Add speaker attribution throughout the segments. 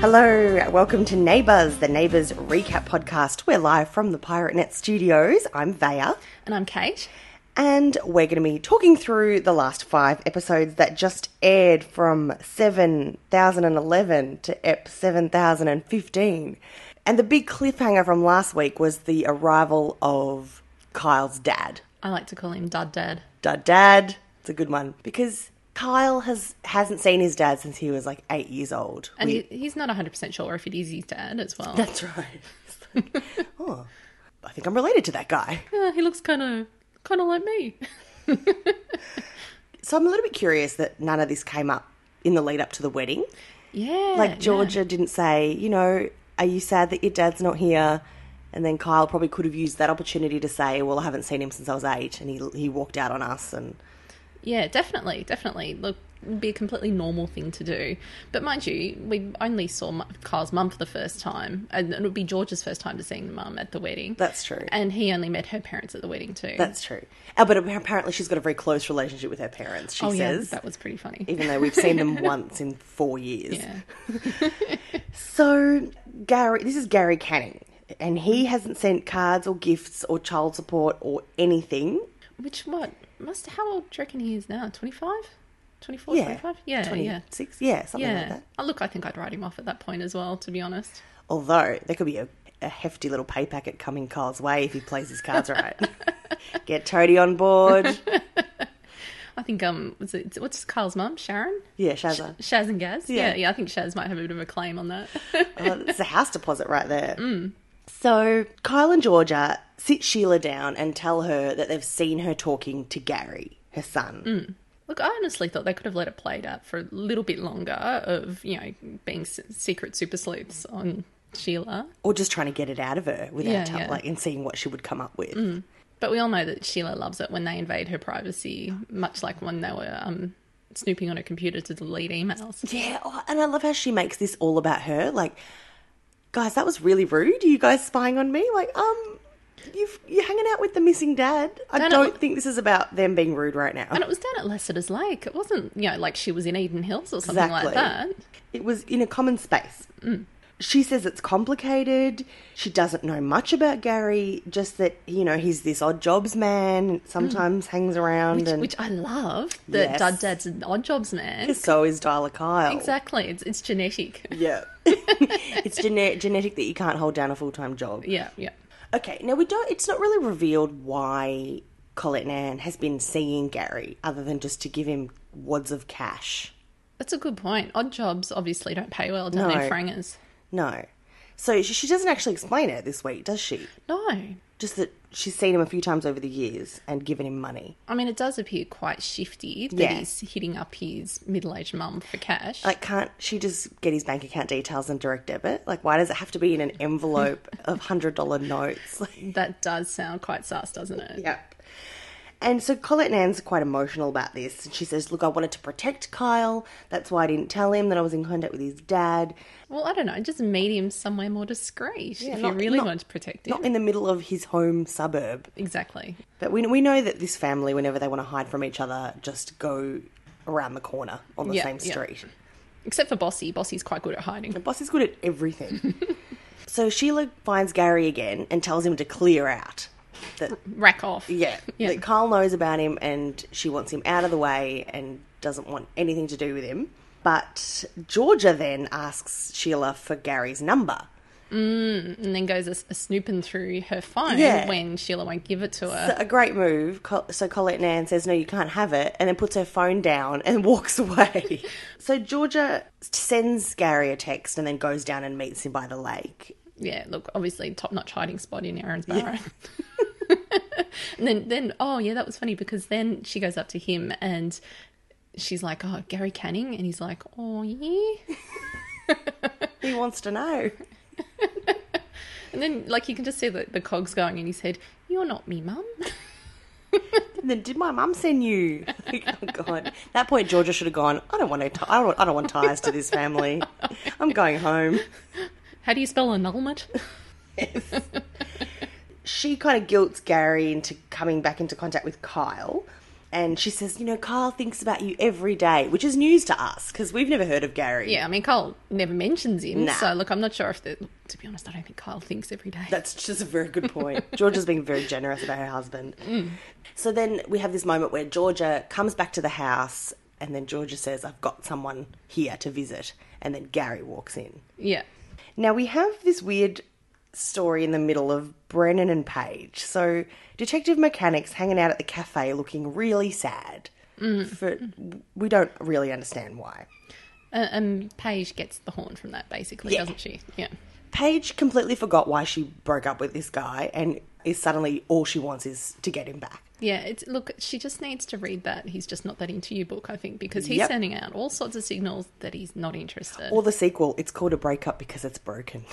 Speaker 1: Hello, welcome to Neighbours, the Neighbours Recap Podcast. We're live from the Pirate Net Studios. I'm Vaya,
Speaker 2: And I'm Kate.
Speaker 1: and we're going to be talking through the last five episodes that just aired from 7011 to EP 7015. And the big cliffhanger from last week was the arrival of Kyle's dad.
Speaker 2: I like to call him Dud Dad.
Speaker 1: Dad, dad, it's a good one because Kyle has hasn't seen his dad since he was like eight years old.
Speaker 2: And
Speaker 1: We-
Speaker 2: he, he's not 100% sure if it is his dad as well.
Speaker 1: That's right. It's like, oh, I think I'm related to that guy.
Speaker 2: Yeah, he looks kind of kind of like me.
Speaker 1: So I'm a little bit curious that none of this came up in the lead up to the wedding.
Speaker 2: Yeah.
Speaker 1: Like Georgia didn't say, you know, are you sad that your dad's not here? And then Kyle probably could have used that opportunity to say, well, I haven't seen him since I was eight, and he he walked out on us. And
Speaker 2: Yeah, definitely, definitely. Look, it'd be a completely normal thing to do. But mind you, we only saw Mu- Kyle's mum for the first time, and it would be George's first time to seeing the mum at the wedding.
Speaker 1: That's true.
Speaker 2: And he only met her parents at the wedding too.
Speaker 1: that's true. Uh, but apparently, she's got a very close relationship with her parents. She
Speaker 2: oh yeah,
Speaker 1: says,
Speaker 2: that was pretty funny.
Speaker 1: even though we've seen them once in four years.
Speaker 2: yeah.
Speaker 1: So Gary, this is Gary Canning, and he hasn't sent cards or gifts or child support or anything.
Speaker 2: Which what must how old do you reckon he is now? 25? 24,
Speaker 1: Yeah.
Speaker 2: 25? Yeah, yeah.
Speaker 1: Twenty-six, yeah, something like
Speaker 2: Yeah.
Speaker 1: that.
Speaker 2: Oh, look, I think I'd write him off at that point as well, to be honest.
Speaker 1: Although there could be a, a hefty little pay packet coming Kyle's way if he plays his cards right. Get Toadie on board.
Speaker 2: I think, um, was it, what's Kyle's mum? Sharon?
Speaker 1: Yeah, Shazza.
Speaker 2: Shaz and Gaz?
Speaker 1: Yeah.
Speaker 2: Yeah. yeah, I think Shaz might have a bit of a claim on that.
Speaker 1: Oh, it's a house deposit right there.
Speaker 2: Mm.
Speaker 1: So Kyle and Georgia sit Sheila down and tell her that they've seen her talking to Gary, her son.
Speaker 2: Mm. Look, I honestly thought they could have let it played out for a little bit longer of, you know, being s- secret super sleuths on Sheila.
Speaker 1: Or just trying to get it out of her without
Speaker 2: Yeah,
Speaker 1: tell-
Speaker 2: yeah. Mm.
Speaker 1: like and seeing what she would come up with.
Speaker 2: But we all know that Sheila loves it when they invade her privacy, much like when they were um, snooping on her computer to delete emails.
Speaker 1: Yeah, oh, and I love how she makes this all about her. Like, guys, that was really rude. You guys spying on me? Like, um, you've, you're hanging out with the missing dad. I
Speaker 2: No,
Speaker 1: don't,
Speaker 2: no.
Speaker 1: think this is about them being rude right now.
Speaker 2: And it was down at Lassiter's Lake. It wasn't, you know, like she was in Eden Hills or something
Speaker 1: Exactly.
Speaker 2: like that.
Speaker 1: It was in a common space.
Speaker 2: Mm.
Speaker 1: She says it's complicated. She doesn't know much about Gary, just that, you know, he's this odd jobs man, sometimes hangs around, and
Speaker 2: Mm. Which I love that
Speaker 1: Yes.
Speaker 2: Dud Dad's an odd jobs man.
Speaker 1: so is Dyla Kyle.
Speaker 2: Exactly. It's, it's genetic.
Speaker 1: Yeah. it's gene- genetic that you can't hold down a full time job.
Speaker 2: Yeah, yeah.
Speaker 1: Okay, now we don't. It's not really revealed why Colette Nan has been seeing Gary, other than just to give him wads of cash.
Speaker 2: That's a good point. Odd jobs obviously don't pay well down
Speaker 1: No.
Speaker 2: in Frangers.
Speaker 1: No, so she, she doesn't actually explain it this week, does she?
Speaker 2: No.
Speaker 1: Just that she's seen him a few times over the years and given him money.
Speaker 2: I mean, it does appear quite shifty that
Speaker 1: Yeah.
Speaker 2: he's hitting up his middle aged mum for cash.
Speaker 1: Like, can't she just get his bank account details and direct debit? Like, why does it have to be in an envelope of hundred dollar notes? Like,
Speaker 2: that does sound quite sus, doesn't it?
Speaker 1: Yep. And so Colette Nan's quite emotional about this. And she says, Look, I wanted to protect Kyle. That's why I didn't tell him that I was in contact with his dad.
Speaker 2: Well, I don't know. Just meet him somewhere more discreet if
Speaker 1: not-
Speaker 2: you really
Speaker 1: not-
Speaker 2: want to protect him.
Speaker 1: Not in the middle of his home suburb.
Speaker 2: exactly.
Speaker 1: But we, we know that this family, whenever they want to hide from each other, just go around the corner on the
Speaker 2: Yeah,
Speaker 1: same
Speaker 2: yeah.
Speaker 1: street.
Speaker 2: Except for Bossy. Bossy's quite good at hiding.
Speaker 1: The boss is good at everything. so Sheila finds Gary again and tells him to clear out. That
Speaker 2: Rack off.
Speaker 1: Yeah,
Speaker 2: Yeah.
Speaker 1: that Kyle knows about him and she wants him out of the way and doesn't want anything to do with him. But Georgia then asks Sheila for Gary's number.
Speaker 2: and then goes a, a snooping through her phone
Speaker 1: Yeah.
Speaker 2: when Sheila won't give it to her.
Speaker 1: So a great move. Col- So Colette Nan says, No, you can't have it, and then puts her phone down and walks away. so Georgia sends Gary a text and then goes down and meets him by the lake.
Speaker 2: yeah, look, obviously top notch hiding spot in Aaron's Barrow. and then, then oh yeah, that was funny because then she goes up to him and she's like, "Oh, Gary Canning," and he's like, "Oh yeah."
Speaker 1: He wants to know.
Speaker 2: And then like you can just see the, the cogs going in his head. You're not me, mum.
Speaker 1: And then did my mum send you? Like, oh God! At that point, Georgia should have gone. I don't want to. I don't. I don't want ties to this family. I'm going home.
Speaker 2: How do you spell annulment?
Speaker 1: she kind of guilts Gary into coming back into contact with Kyle. And she says, you know, Carl thinks about you every day, which is news to us because we've never heard of Gary.
Speaker 2: Yeah, I mean, Kyle never mentions him.
Speaker 1: Nah.
Speaker 2: So, look, I'm not sure if the. To be honest, I don't think Kyle thinks every day.
Speaker 1: That's just a very good point. Georgia's being very generous about her husband. So then we have this moment where Georgia comes back to the house and then Georgia says, I've got someone here to visit. And then Gary walks in.
Speaker 2: yeah.
Speaker 1: Now we have this weird story in the middle of Brennan and Paige. So Detective Mechanics hanging out at the cafe looking really sad. For, we don't really understand why.
Speaker 2: Uh, and Paige gets the horn from that, basically,
Speaker 1: Yeah.
Speaker 2: doesn't she? Yeah.
Speaker 1: Paige completely forgot why she broke up with this guy and is suddenly all she wants is to get him back.
Speaker 2: Yeah, it's look, she just needs to read that. He's just not that into you book, I think, because he's
Speaker 1: Yep.
Speaker 2: sending out all sorts of signals that he's not interested.
Speaker 1: Or the sequel, it's called a breakup because it's broken.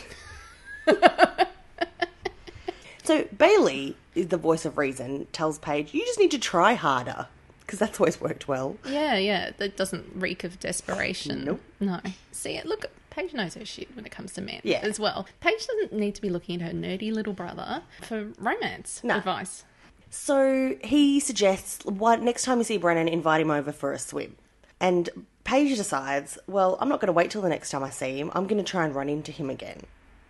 Speaker 1: so Bailey is the voice of reason, tells Paige, you just need to try harder because that's always worked well.
Speaker 2: yeah, yeah, that doesn't reek of desperation.
Speaker 1: Nope.
Speaker 2: No. See, look, Paige knows her shit when it comes to men
Speaker 1: Yeah.
Speaker 2: as well. Paige doesn't need to be looking at her nerdy little brother for romance
Speaker 1: No.
Speaker 2: advice.
Speaker 1: So he suggests, why, next time you see Brennan, invite him over for a swim. And Paige decides, well, I'm not going to wait till the next time I see him. I'm going to try and run into him again.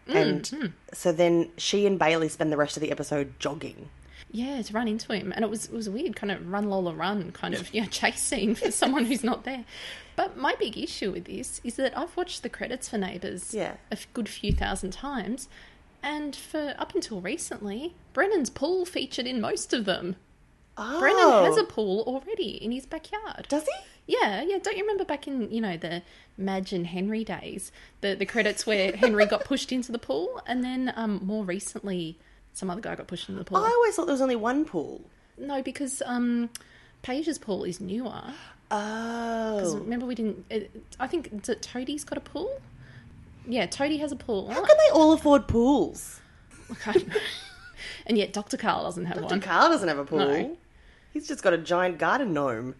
Speaker 1: And
Speaker 2: Mm, hmm.
Speaker 1: so then she and Bailey spend the rest of the episode jogging.
Speaker 2: Yeah, to run into him. And it was it was a weird kind of run Lola run kind of yeah, chase scene for someone who's not there. But my big issue with this is that I've watched the credits for Neighbours
Speaker 1: Yeah.
Speaker 2: a f- good few thousand times. And for up until recently, Brennan's pool featured in most of them.
Speaker 1: Oh,
Speaker 2: Brennan has a pool already in his backyard.
Speaker 1: does he?
Speaker 2: Yeah, yeah. Don't you remember back in, you know, the Madge and Henry days, the, the credits where Henry got pushed into the pool and then um, more recently some other guy got pushed into the pool.
Speaker 1: I always thought there was only one pool.
Speaker 2: No, because um, Paige's pool is newer.
Speaker 1: Oh,
Speaker 2: Remember, we didn't. It, I think is it Toadie's got a pool. Yeah, Toadie has a pool.
Speaker 1: how can they all afford pools?
Speaker 2: Look, I don't know. and yet, Doctor Carl doesn't have one.
Speaker 1: Carl doesn't have a pool.
Speaker 2: No. Mm.
Speaker 1: He's just got a giant garden gnome.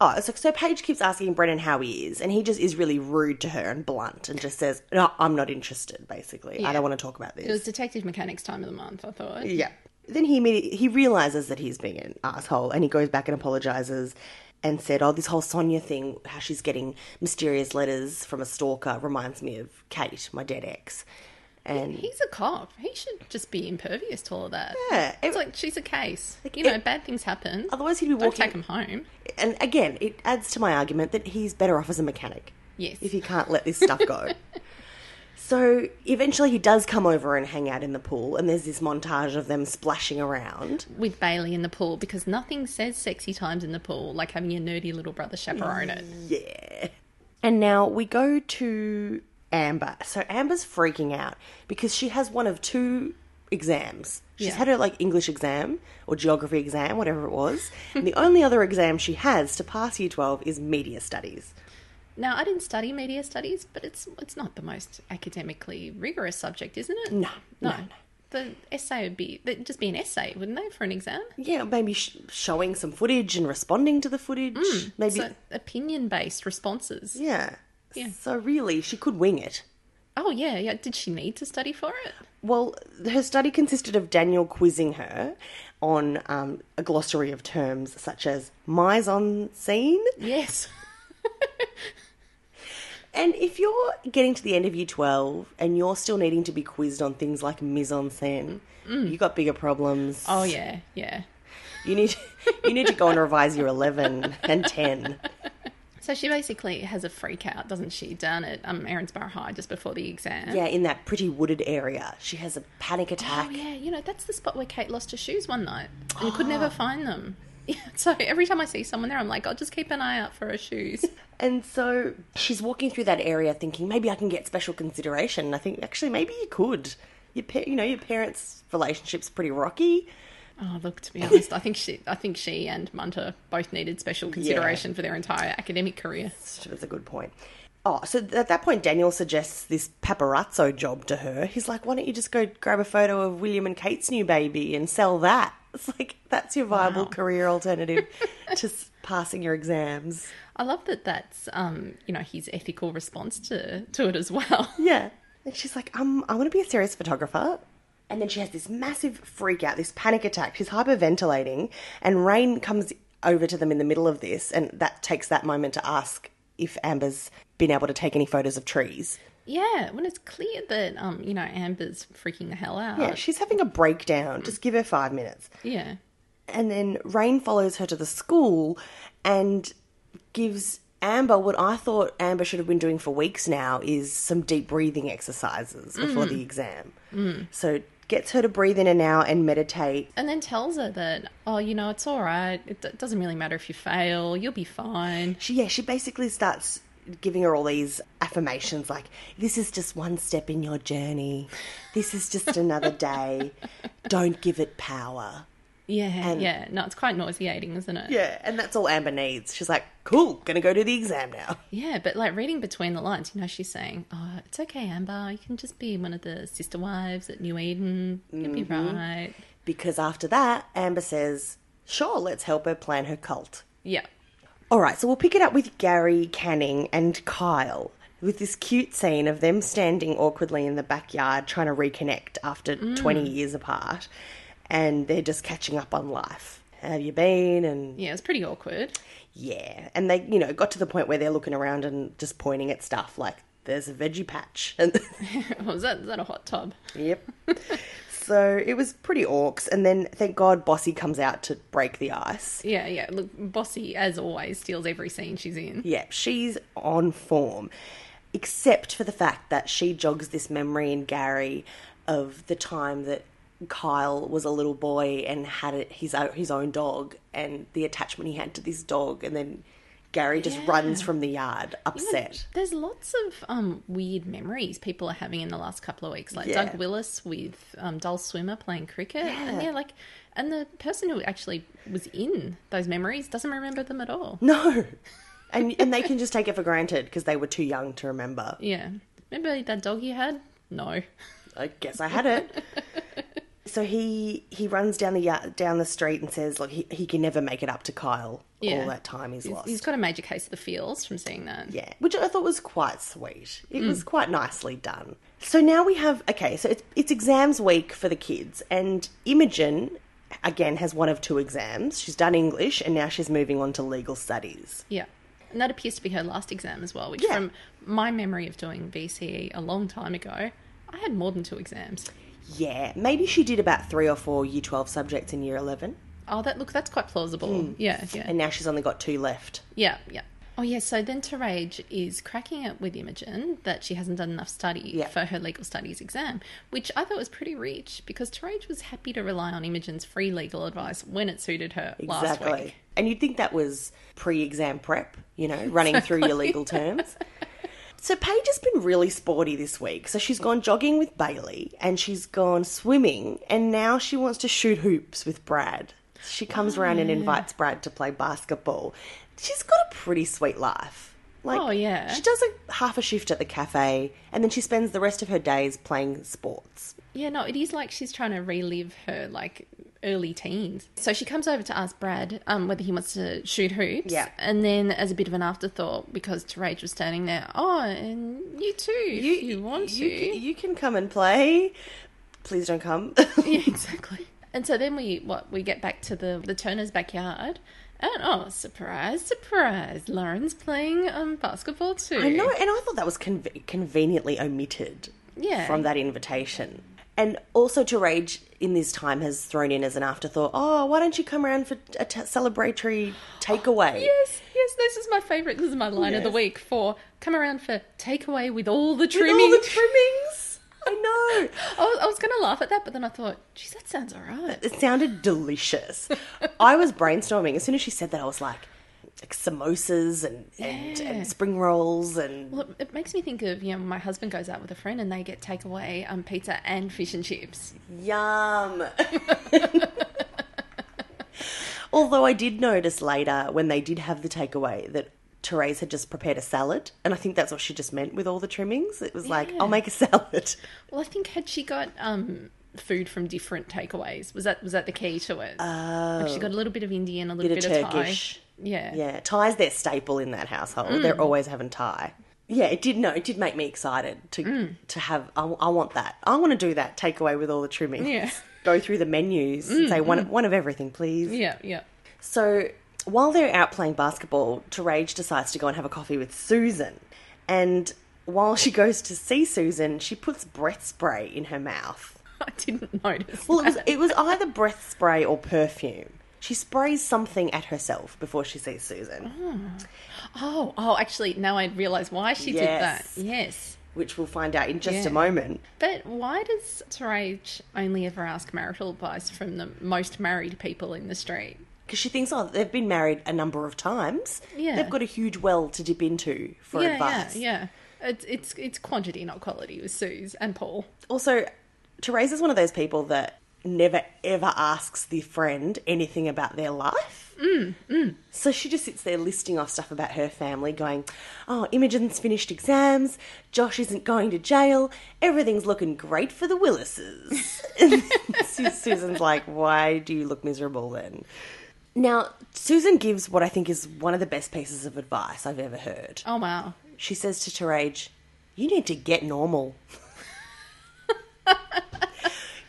Speaker 1: Oh, so, so Paige keeps asking Brennan how he is, and he just is really rude to her and blunt and just says, No, I'm not interested, basically. I don't want to talk about
Speaker 2: It
Speaker 1: this.
Speaker 2: was Detective Mechanics time of the month. I thought.
Speaker 1: Yeah. Then he immediately, he realizes that he's being an asshole and he goes back and apologizes and said, "Oh, this whole Sonia thing, how she's getting mysterious letters from a stalker reminds me of Kate, my dead ex." And
Speaker 2: He's a cop. He should just be impervious to all of that.
Speaker 1: Yeah, it-
Speaker 2: it's like she's a case. you
Speaker 1: it-
Speaker 2: know, bad things happen.
Speaker 1: otherwise he'd be
Speaker 2: Don't
Speaker 1: walking
Speaker 2: take him home.
Speaker 1: And again, it adds to my argument that he's better off as a mechanic.
Speaker 2: Yes.
Speaker 1: If he can't let this stuff go. so eventually he does come over and hang out in the pool, and there's this montage of them splashing around.
Speaker 2: with Bailey in the pool because nothing says sexy times in the pool like having your nerdy little brother chaperone it.
Speaker 1: Yeah. And now we go to Amber. So Amber's freaking out because she has one of two exams. She's
Speaker 2: Yeah.
Speaker 1: had her like English exam or geography exam, whatever it was. and the only other exam she has to pass year 12 is media studies.
Speaker 2: Now, I didn't study media studies, but it's it's not the most academically rigorous subject, isn't it? No, no. The essay would be that'd just be an essay, wouldn't they, for an exam?
Speaker 1: Yeah, maybe sh- showing some footage and responding to the footage. maybe,
Speaker 2: Mm, So opinion based responses.
Speaker 1: yeah.
Speaker 2: Yeah.
Speaker 1: So really, she could wing it.
Speaker 2: Oh yeah, yeah. Did she need to study for it?
Speaker 1: Well, her study consisted of Daniel quizzing her on um, a glossary of terms such as mise en scene.
Speaker 2: Yes.
Speaker 1: And if you're getting to the end of year 12 and you're still needing to be quizzed on things like mise en scene, you got bigger problems.
Speaker 2: Mm. Oh yeah, yeah.
Speaker 1: You need, you need to go and revise your 11 and 10.
Speaker 2: So she basically has a freak out, doesn't she, down at um, Erinsborough High just before the exam.
Speaker 1: Yeah, in that pretty wooded area. She has a panic attack.
Speaker 2: Oh yeah, you know that's the spot where Kate lost her shoes one night and could never find them. Yeah, so every time I see someone there, I'm like, I'll just keep an eye out for her shoes.
Speaker 1: And so she's walking through that area thinking, maybe I can get special consideration. And I think, actually, maybe you could. Your pa- you know, your parents' relationship's pretty rocky.
Speaker 2: oh, look, to be honest, I think she, I think she and Munter both needed special consideration for their entire academic career.
Speaker 1: That's a good point. Oh, so at that point, Daniel suggests this paparazzo job to her. He's like, why don't you just go grab a photo of William and Kate's new baby and sell that? It's like, that's your viable career alternative to s- passing your exams.
Speaker 2: I love that. That's um, you know his ethical response to to it as well.
Speaker 1: Yeah. And she's like, um, I want to be a serious photographer. And then she has this massive freak out, this panic attack. She's hyperventilating, and Rain comes over to them in the middle of this, and that takes that moment to ask if Amber's been able to take any photos of trees.
Speaker 2: Yeah, when it's clear that um, you know, Amber's freaking the hell out.
Speaker 1: Yeah, Uh, she's having a breakdown. Just give her five minutes.
Speaker 2: yeah.
Speaker 1: And then Rain follows her to the school and gives Amber what I thought Amber should have been doing for weeks now is some deep breathing exercises before the exam. So gets her to breathe in and out and meditate.
Speaker 2: And then tells her that, oh, you know, it's all right. It d- doesn't really matter if you fail. You'll be fine.
Speaker 1: She yeah, she basically starts giving her all these affirmations like this is just one step in your journey. This is just another day. Don't give it power.
Speaker 2: Yeah, yeah. No, it's quite nauseating, isn't it?
Speaker 1: Yeah, and that's all Amber needs. She's like, "Cool, going to go do the exam now."
Speaker 2: Yeah, but like reading between the lines, you know, she's saying, "Oh, it's okay, Amber. You can just be one of the sister wives at New Eden. You'll be right."
Speaker 1: Because after that, Amber says, sure, let's help her plan her cult.
Speaker 2: Yeah,
Speaker 1: All right, so we'll pick it up with Gary Canning and Kyle with this cute scene of them standing awkwardly in the backyard trying to reconnect after 20 years apart and they're just catching up on life. Have you been? And
Speaker 2: yeah. It's pretty awkward.
Speaker 1: yeah. And they, you know, got to the point where they're looking around and just pointing at stuff like, there's a veggie patch. And
Speaker 2: oh, is that is that a hot tub?
Speaker 1: Yep. so it was pretty orcs. And then thank God Bossy comes out to break the ice.
Speaker 2: Yeah, yeah. Look, Bossy, as always, steals every scene she's in.
Speaker 1: Yep, she's on form. Except for the fact that she jogs this memory in Gary of the time that Kyle was a little boy and had it, his, o- his own dog and the attachment he had to this dog. And then Gary just runs from the yard upset.
Speaker 2: There's lots of um, weird memories people are having in the last couple of weeks, like
Speaker 1: Yeah.
Speaker 2: Doug Willis with um, Dole Swimmer playing cricket, and yeah, like, and the person who actually was in those memories doesn't remember them at all.
Speaker 1: No. And, and they can just take it for granted because they were too young to remember.
Speaker 2: Yeah, remember that dog you had? No.
Speaker 1: I guess I had it. so he he runs down the ya- down the street and says, "Look, he, he can never make it up to Kyle.
Speaker 2: Yeah.
Speaker 1: All that time he's, lost."
Speaker 2: He's got a major case of the feels from seeing that.
Speaker 1: Yeah, which I thought was quite sweet. It was quite nicely done. So now we have okay, so it's it's exams week for the kids, and Imogen again has one of two exams. She's done English, and now she's moving on to legal studies.
Speaker 2: Yeah. And that appears to be her last exam as well, which
Speaker 1: Yeah.
Speaker 2: from my memory of doing VCE a long time ago, I had more than two exams.
Speaker 1: Yeah, maybe she did about three or four Year Twelve subjects in Year Eleven,
Speaker 2: Oh, that look, that's quite plausible. Yeah, yeah.
Speaker 1: Hmm. and now she's only got two left.
Speaker 2: Yeah, yeah. Oh, yeah. So then Terage is cracking it with Imogen that she hasn't done enough study
Speaker 1: Yeah.
Speaker 2: for her legal studies exam, which I thought was pretty rich because Terage was happy to rely on Imogen's free legal advice when it suited her last week.
Speaker 1: And you'd think that was pre exam prep, you know, running through your legal terms. So Paige has been really sporty this week. So she's gone jogging with Bailey and she's gone swimming and now she wants to shoot hoops with Brad. She comes around
Speaker 2: Oh.
Speaker 1: and invites Brad to play basketball. She's got a pretty sweet life. Like
Speaker 2: Oh, yeah.
Speaker 1: She does a half a shift at the cafe and then she spends the rest of her days playing sports.
Speaker 2: Yeah, no, it is like she's trying to relive her like early teens. So she comes over to ask Brad um, whether he wants to shoot hoops.
Speaker 1: Yeah.
Speaker 2: And then, as a bit of an afterthought, because Terage was standing there, oh, and you too, if you, want
Speaker 1: you,
Speaker 2: to.
Speaker 1: you can come and play. Please don't come.
Speaker 2: yeah, exactly. And so then we what we get back to the the Turner's backyard, and oh, surprise, surprise, Lauren's playing um basketball too.
Speaker 1: I know, and I thought that was con- conveniently omitted
Speaker 2: Yeah.
Speaker 1: from that invitation. And also, to rage in this time has thrown in as an afterthought. Oh, why don't you come around for a t- celebratory takeaway?
Speaker 2: Yes, yes, this is my favourite. This is my line of the
Speaker 1: Yes.
Speaker 2: week for come around for takeaway with all the
Speaker 1: With all
Speaker 2: trimming.
Speaker 1: the trimmings. I know.
Speaker 2: I was, I was going to laugh at that, but then I thought, geez, that sounds all right.
Speaker 1: It sounded delicious. I was brainstorming. As soon as she said that, I was like, like samosas and, and,
Speaker 2: Yeah.
Speaker 1: and spring rolls and
Speaker 2: Well, it, it makes me think of, you know, my husband goes out with a friend and they get takeaway um, pizza and fish and chips.
Speaker 1: Yum. Although I did notice later when they did have the takeaway that Therese had just prepared a salad, and I think that's what she just meant with all the trimmings. It was like, I'll make a salad.
Speaker 2: Well, I think had she got um, food from different takeaways, was that was that the key to it? Oh. Like she got a little bit of Indian, a little
Speaker 1: Bit
Speaker 2: bit,
Speaker 1: of
Speaker 2: of
Speaker 1: Turkish.
Speaker 2: Thai. Yeah.
Speaker 1: Yeah, Mm. Thai's their staple in that household. They're always having Thai. Yeah, it did. No, it did make me excited to to have. I, I want that. I want to do that takeaway with all the trimmings.
Speaker 2: Yeah.
Speaker 1: Mm, Go through the menus and say one one of everything, please.
Speaker 2: Yeah, yeah.
Speaker 1: So While they're out playing basketball, Terage decides to go and have a coffee with Susan. And while she goes to see Susan, she puts breath spray in her mouth.
Speaker 2: I didn't notice.
Speaker 1: Well, it was, it was either breath spray or perfume. She sprays something at herself before she sees Susan,
Speaker 2: oh, oh, actually, now I realise why she
Speaker 1: Yes.
Speaker 2: did that. Yes.
Speaker 1: which we'll find out in just
Speaker 2: Yeah.
Speaker 1: a moment.
Speaker 2: But why does Terage only ever ask marital advice from the most married people in the street?
Speaker 1: Because she thinks, oh, they've been married a number of times.
Speaker 2: Yeah.
Speaker 1: They've got a huge well to dip into for
Speaker 2: yeah,
Speaker 1: advice.
Speaker 2: yeah, yeah. It's it's it's quantity, not quality, with Suze and Paul.
Speaker 1: Also, Therese is one of those people that never ever asks the friend anything about their life. Mm, So she just sits there listing off stuff about her family, going, Oh, Imogen's finished exams, Josh isn't going to jail, everything's looking great for the Willises. and Su- Susan's like, Why do you look miserable then? Now, Susan gives what I think is one of the best pieces of advice I've ever heard.
Speaker 2: Oh wow,
Speaker 1: She says to Terage, You need to get normal.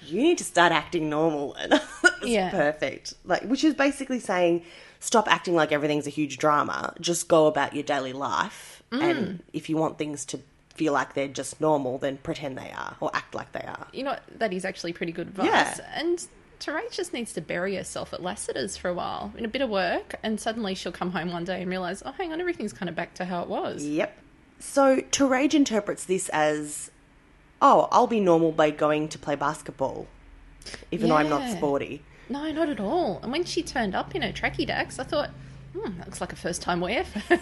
Speaker 1: you need to start acting normal. And that was
Speaker 2: Yeah.
Speaker 1: perfect. Like which is basically saying stop acting like everything's a huge drama. Just go about your daily life.
Speaker 2: Mm.
Speaker 1: And if you want things to feel like they're just normal, then pretend they are or act like they are.
Speaker 2: you know what? that is actually pretty good advice.
Speaker 1: Yeah.
Speaker 2: And Terage just needs to bury herself at Lassiter's for a while in a bit of work, and suddenly she'll come home one day and realize, oh, hang on, everything's kind of back to how it was.
Speaker 1: Yep. So Terage interprets this as oh, I'll be normal by going to play basketball. Even though I'm not
Speaker 2: Yeah.
Speaker 1: sporty.
Speaker 2: No, not at all. And when she turned up in her tracky dacks, I thought, hmm, that looks like a first time wear. for-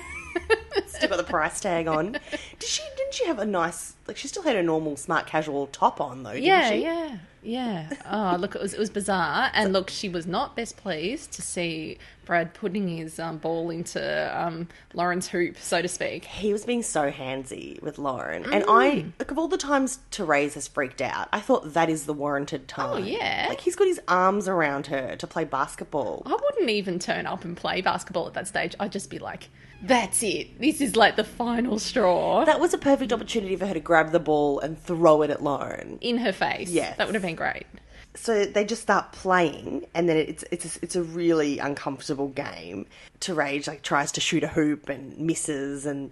Speaker 1: still got the price tag on. Did she? Didn't she have a nice? Like she still had a normal smart casual top on though. Didn't
Speaker 2: yeah,
Speaker 1: she?
Speaker 2: yeah, yeah. Oh, look, it was it was bizarre. And look, she was not best pleased to see Brad putting his um, ball into um, Lauren's hoop, so to speak.
Speaker 1: He was being so handsy with Lauren, and I
Speaker 2: Mm.
Speaker 1: like of all the times Therese has freaked out, I thought that is the warranted time.
Speaker 2: Oh, yeah. Oh.
Speaker 1: like he's got his arms around her to play basketball.
Speaker 2: I wouldn't even turn up and play basketball at that stage. I'd just be like, "That's it. This is like the final straw."
Speaker 1: That was a perfect opportunity for her to grab the ball and throw it at Lauren.
Speaker 2: in her face.
Speaker 1: Yes.
Speaker 2: That would have been great.
Speaker 1: So they just start playing, and then it's it's a, it's a really uncomfortable game. Terage like tries to shoot a hoop and misses, and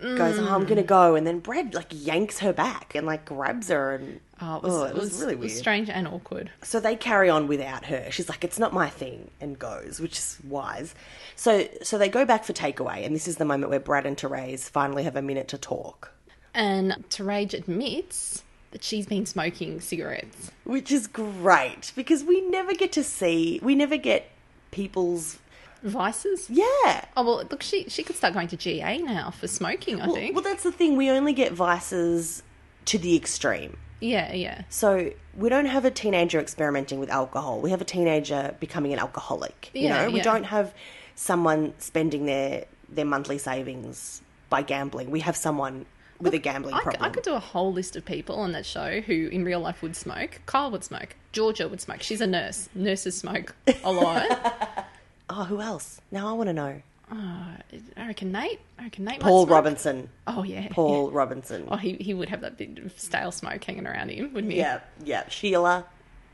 Speaker 1: goes, "Oh, I'm gonna
Speaker 2: Mm.
Speaker 1: go," and then Brad like yanks her back and like grabs her, and
Speaker 2: Oh, it was,
Speaker 1: oh,
Speaker 2: it was
Speaker 1: really
Speaker 2: it was
Speaker 1: weird.
Speaker 2: strange and awkward.
Speaker 1: so they carry on without her. She's like, "It's not my thing," and goes, which is wise. So so they go back for takeaway, and this is the moment where Brad and Therese finally have a minute to talk,
Speaker 2: And Terage admits that she's been smoking cigarettes.
Speaker 1: which is great because we never get to see, we never get people's
Speaker 2: Vices?
Speaker 1: yeah.
Speaker 2: Oh well, look, she she could start going to GA now for smoking. I
Speaker 1: Well,
Speaker 2: think.
Speaker 1: well, that's the thing. We only get vices to the extreme.
Speaker 2: yeah, yeah,
Speaker 1: So we don't have a teenager experimenting with alcohol. We have a teenager becoming an alcoholic. You
Speaker 2: Yeah,
Speaker 1: know, we
Speaker 2: yeah.
Speaker 1: don't have someone spending their their monthly savings by gambling. We have someone with a gambling
Speaker 2: I, c-
Speaker 1: problem.
Speaker 2: I could do a whole list of people on that show who in real life would smoke. Kyle would smoke. Georgia would smoke. She's a nurse. Nurses smoke a lot.
Speaker 1: Oh, who else? Now I want to know.
Speaker 2: uh, I reckon Nate. I reckon Nate. might
Speaker 1: Paul
Speaker 2: smoke.
Speaker 1: Robinson.
Speaker 2: Oh yeah.
Speaker 1: Paul Robinson.
Speaker 2: Yeah. Oh, he he would have that bit of stale smoke hanging around him, wouldn't he?
Speaker 1: Yeah, yeah. Sheila.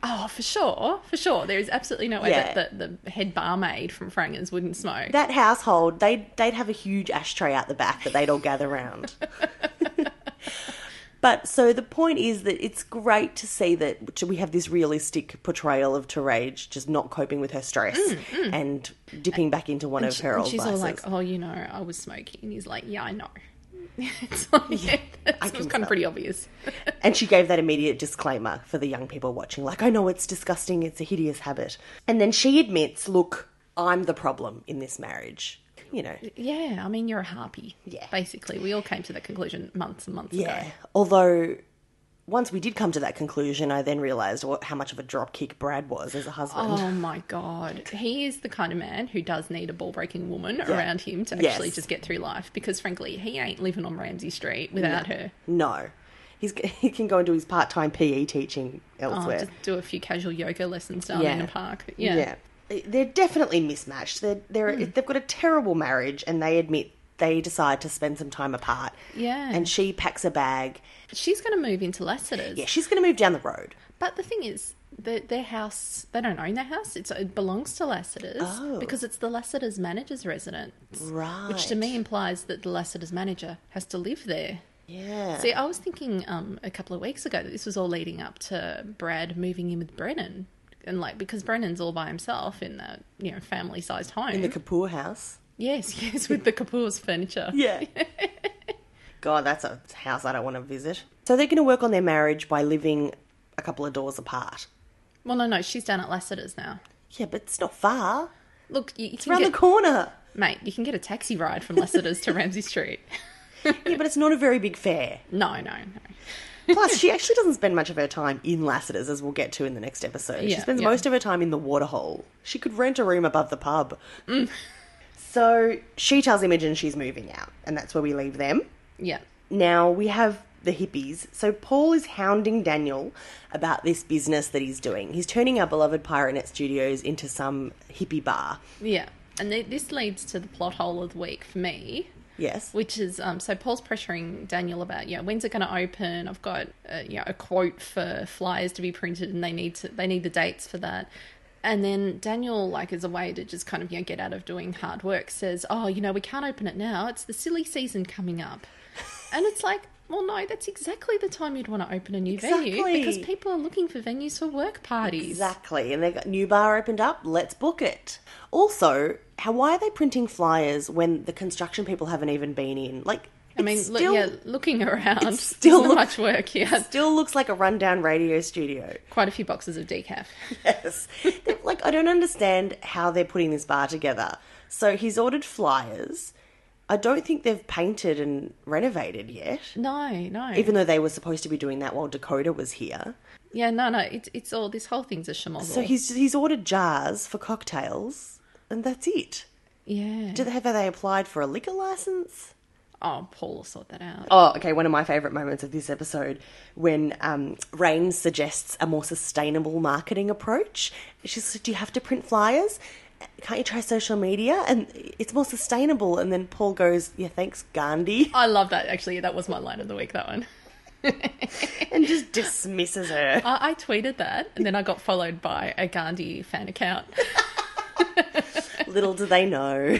Speaker 2: Oh, for sure, for sure. There is absolutely no way
Speaker 1: Yeah.
Speaker 2: that the, the head barmaid from Frangers wouldn't smoke.
Speaker 1: That household, they'd, they'd have a huge ashtray out the back that they'd all gather round. but so the point is that it's great to see that we have this realistic portrayal of Terage just not coping with her stress and dipping back into one of
Speaker 2: She-
Speaker 1: her
Speaker 2: Mm, and
Speaker 1: old
Speaker 2: she's
Speaker 1: vices.
Speaker 2: all like, "Oh, you know, I was smoking." And he's like, "Yeah, I know." it's like, yeah,
Speaker 1: I
Speaker 2: that's- it
Speaker 1: can
Speaker 2: was kind
Speaker 1: tell.
Speaker 2: of pretty obvious.
Speaker 1: And she gave that immediate disclaimer for the young people watching like, I know it's disgusting, it's a hideous habit. And then she admits, look, I'm the problem in this marriage. You know.
Speaker 2: Yeah, I mean, you're a harpy.
Speaker 1: Yeah.
Speaker 2: basically, we all came to that conclusion months and months
Speaker 1: Yeah.
Speaker 2: ago.
Speaker 1: Although, once we did come to that conclusion, I then realised what, how much of a dropkick Brad was as a husband.
Speaker 2: Oh my god, he is the kind of man who does need a ball breaking woman around him to
Speaker 1: Yes.
Speaker 2: actually just get through life. Because frankly, he ain't living on Ramsey Street without her.
Speaker 1: No. He's, g- he can go and do his part time PE teaching
Speaker 2: Oh,
Speaker 1: elsewhere.
Speaker 2: just do a few casual yoga lessons down in
Speaker 1: Yeah.
Speaker 2: the park.
Speaker 1: yeah.
Speaker 2: Yeah. Hmm.
Speaker 1: They're definitely mismatched. They're, they're, They've got a terrible marriage, and they admit they decide to spend some time apart.
Speaker 2: Yeah.
Speaker 1: And she packs a bag.
Speaker 2: she's going to move into Lassiter's.
Speaker 1: Yeah, she's going to move down the road.
Speaker 2: But the thing is, their, their house, they don't own their house. It's, it belongs to Lassiter's
Speaker 1: Oh.
Speaker 2: because it's the Lassiter's manager's residence.
Speaker 1: Right.
Speaker 2: Which to me implies that the Lassiter's manager has to live there.
Speaker 1: Yeah.
Speaker 2: See, I was thinking um, a couple of weeks ago that this was all leading up to Brad moving in with Brennan. And like, because Brennan's all by himself in that, you know, family sized home.
Speaker 1: in the Kapoor house.
Speaker 2: yes, yes, with the Kapoor's furniture.
Speaker 1: Yeah. God, that's a house I don't want to visit. So they're going to work on their marriage by living a couple of doors apart.
Speaker 2: Well, no, no, she's down at Lassiter's now.
Speaker 1: Yeah, but it's not far.
Speaker 2: Look, you, you
Speaker 1: It's
Speaker 2: can
Speaker 1: around
Speaker 2: get,
Speaker 1: the corner.
Speaker 2: mate, you can get a taxi ride from Lassiter's to Ramsey Street.
Speaker 1: Yeah, but it's not a very big fare.
Speaker 2: No, no, no.
Speaker 1: Plus, she actually doesn't spend much of her time in Lassiter's, as we'll get to in the next episode. she
Speaker 2: Yeah,
Speaker 1: spends
Speaker 2: yeah.
Speaker 1: most of her time in the waterhole. She could rent a room above the pub.
Speaker 2: Mm.
Speaker 1: So she tells Imogen she's moving out, and that's where we leave them.
Speaker 2: Yeah.
Speaker 1: Now we have the hippies. So Paul is hounding Daniel about this business that he's doing. He's turning our beloved Pyronet Studios into some hippie bar.
Speaker 2: Yeah. And th- this leads to the plot hole of the week for me,
Speaker 1: Yes.
Speaker 2: which is um, so Paul's pressuring Daniel about, you know, when's it going to open? I've got, uh, you know, a quote for flyers to be printed and they need to, they need the dates for that. And then Daniel, like, as a way to just kind of, you know, get out of doing hard work, says, oh, you know, we can't open it now. It's the silly season coming up. And it's like, well, no, that's exactly the time you'd want to open a new venue
Speaker 1: Exactly.
Speaker 2: because people are looking for venues for work parties.
Speaker 1: Exactly. And they got new bar opened up. Let's book it. Also, how why are they printing flyers when the construction people haven't even been in? Like,
Speaker 2: I mean,
Speaker 1: still,
Speaker 2: look, yeah, looking around,
Speaker 1: still
Speaker 2: still not
Speaker 1: look-
Speaker 2: much work. Yeah,
Speaker 1: still looks like a rundown radio studio.
Speaker 2: quite a few boxes of decaf.
Speaker 1: Yes. They're- like, I don't understand how they're putting this bar together. So he's ordered flyers. I don't think they've painted and renovated yet,
Speaker 2: No, no,
Speaker 1: even though they were supposed to be doing that while Dakota was here.
Speaker 2: yeah, no, no. It's it's all this whole thing's a schmozzle.
Speaker 1: So he's he's ordered jars for cocktails, and that's it.
Speaker 2: yeah.
Speaker 1: Do they, have they applied for a liquor license?
Speaker 2: oh, Paul will sort that out.
Speaker 1: Oh, okay. One of my favorite moments of this episode when um, Rain suggests a more sustainable marketing approach. She's like, "Do you have to print flyers? Can't you try social media? And it's more sustainable." And then Paul goes, "Yeah, thanks, Gandhi,"
Speaker 2: I love that. Actually, that was my line of the week. That one.
Speaker 1: and just dismisses her.
Speaker 2: I, I tweeted that, and then I got followed by a Gandhi fan account.
Speaker 1: Little do they know.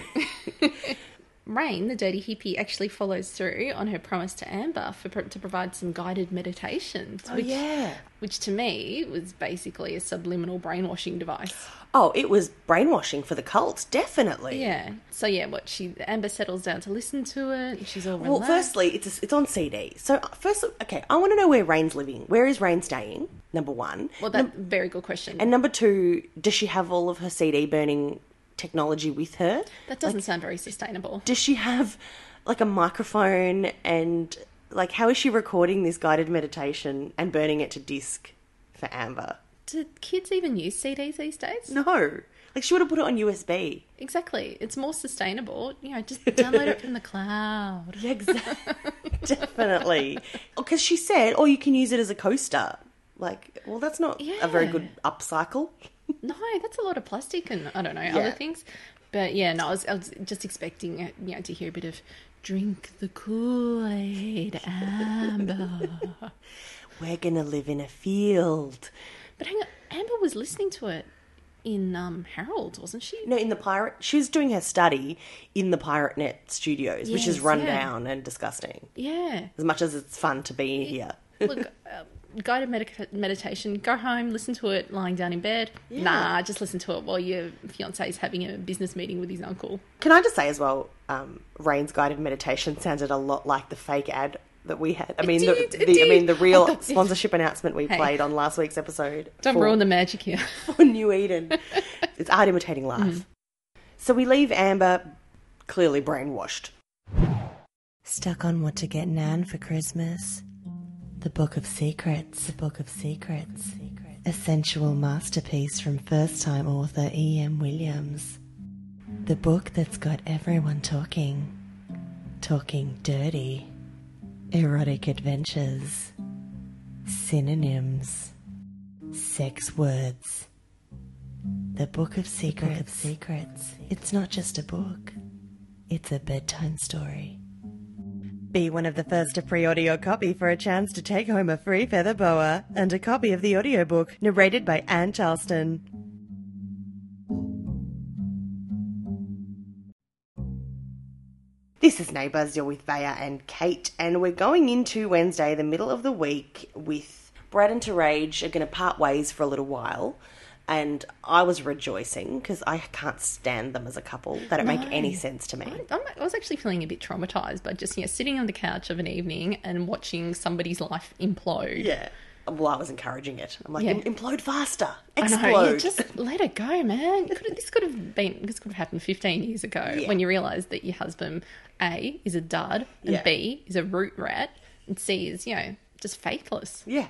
Speaker 2: Rain, the dirty hippie, actually follows through on her promise to Amber for pro- to provide some guided meditations.
Speaker 1: Oh, yeah.
Speaker 2: Which to me was basically a subliminal brainwashing device.
Speaker 1: Oh, it was brainwashing for the cult, definitely.
Speaker 2: Yeah. So yeah, what she Amber settles down to listen to it. And she's all
Speaker 1: Well,
Speaker 2: relaxed.
Speaker 1: firstly, it's it's on CD. So, uh, first, okay, I want to know where Rain's living. Where is Rain staying? Number one.
Speaker 2: well, that very good question.
Speaker 1: And number two, does she have all of her CD burning technology with her?
Speaker 2: that doesn't sound very sustainable.
Speaker 1: Does she have like a microphone and like how is she recording this guided meditation and burning it to disc for Amber?
Speaker 2: Do kids even use CDs these days?
Speaker 1: No. Like she would have put it on USB.
Speaker 2: Exactly. It's more sustainable. You know, just download it from the cloud.
Speaker 1: Yeah, exactly. Definitely. Because she said, oh, you can use it as a coaster. Like, well, that's not a very
Speaker 2: Yeah.
Speaker 1: good upcycle.
Speaker 2: No, that's a lot of plastic and I don't know other things. But yeah, no, I was, I was just expecting uh, you know to hear a bit of drink the Kool Aid, Amber.
Speaker 1: We're going to live in a field.
Speaker 2: but hang on, Amber was listening to it in um, Harold, wasn't she?
Speaker 1: No, in the pirate. She was doing her study in the Pirate Net studios, which is
Speaker 2: Yes,
Speaker 1: run
Speaker 2: yeah.
Speaker 1: down and disgusting.
Speaker 2: Yeah.
Speaker 1: As much as it's fun to be here.
Speaker 2: Look, uh, guided medica- meditation. Go home, listen to it lying down in bed. Nah, just listen to it while your fiance is having a business meeting with his uncle.
Speaker 1: Can I just say as well, um, Rain's guided meditation sounded a lot like the fake ad that we had. I mean,
Speaker 2: did,
Speaker 1: the,
Speaker 2: it
Speaker 1: the I mean
Speaker 2: did.
Speaker 1: the real
Speaker 2: Oh, God, it-
Speaker 1: sponsorship announcement we
Speaker 2: Hey.
Speaker 1: played on last week's episode.
Speaker 2: Don't ruin the magic here.
Speaker 1: for New Eden. it's art imitating life. So we leave Amber clearly brainwashed. Stuck on what to get Nan for Christmas. The Book of Secrets. The Book of Secrets. A sensual masterpiece from first time author E.M. Williams. The book that's got everyone talking. Talking dirty. Erotic adventures. Synonyms. Sex words. The Book of Secrets. of Secrets. It's not just a book, it's a bedtime story. Be one of the first to pre order your copy for a chance to take home a free feather boa and a copy of the audiobook narrated by Anne Charleston. This is Neighbours, you're with Vaya and Kate, and we're going into Wednesday, the middle of the week, with Brad and Terage are going to part ways for a little while. And I was rejoicing because I can't stand them as a couple. They don't make any sense to me.
Speaker 2: I'm, I was actually feeling a bit traumatized by just you know, sitting on the couch of an evening and watching somebody's life implode.
Speaker 1: Yeah. Well, I was encouraging it. I'm like,
Speaker 2: Yeah.
Speaker 1: "Im- implode faster,
Speaker 2: I know,
Speaker 1: explode.
Speaker 2: yeah, just let it go, man. Could have- this could have been this could have happened 15 years ago when you realised that your husband A is a dud and
Speaker 1: Yeah.
Speaker 2: B is a root rat and C is you know just faithless.
Speaker 1: Yeah.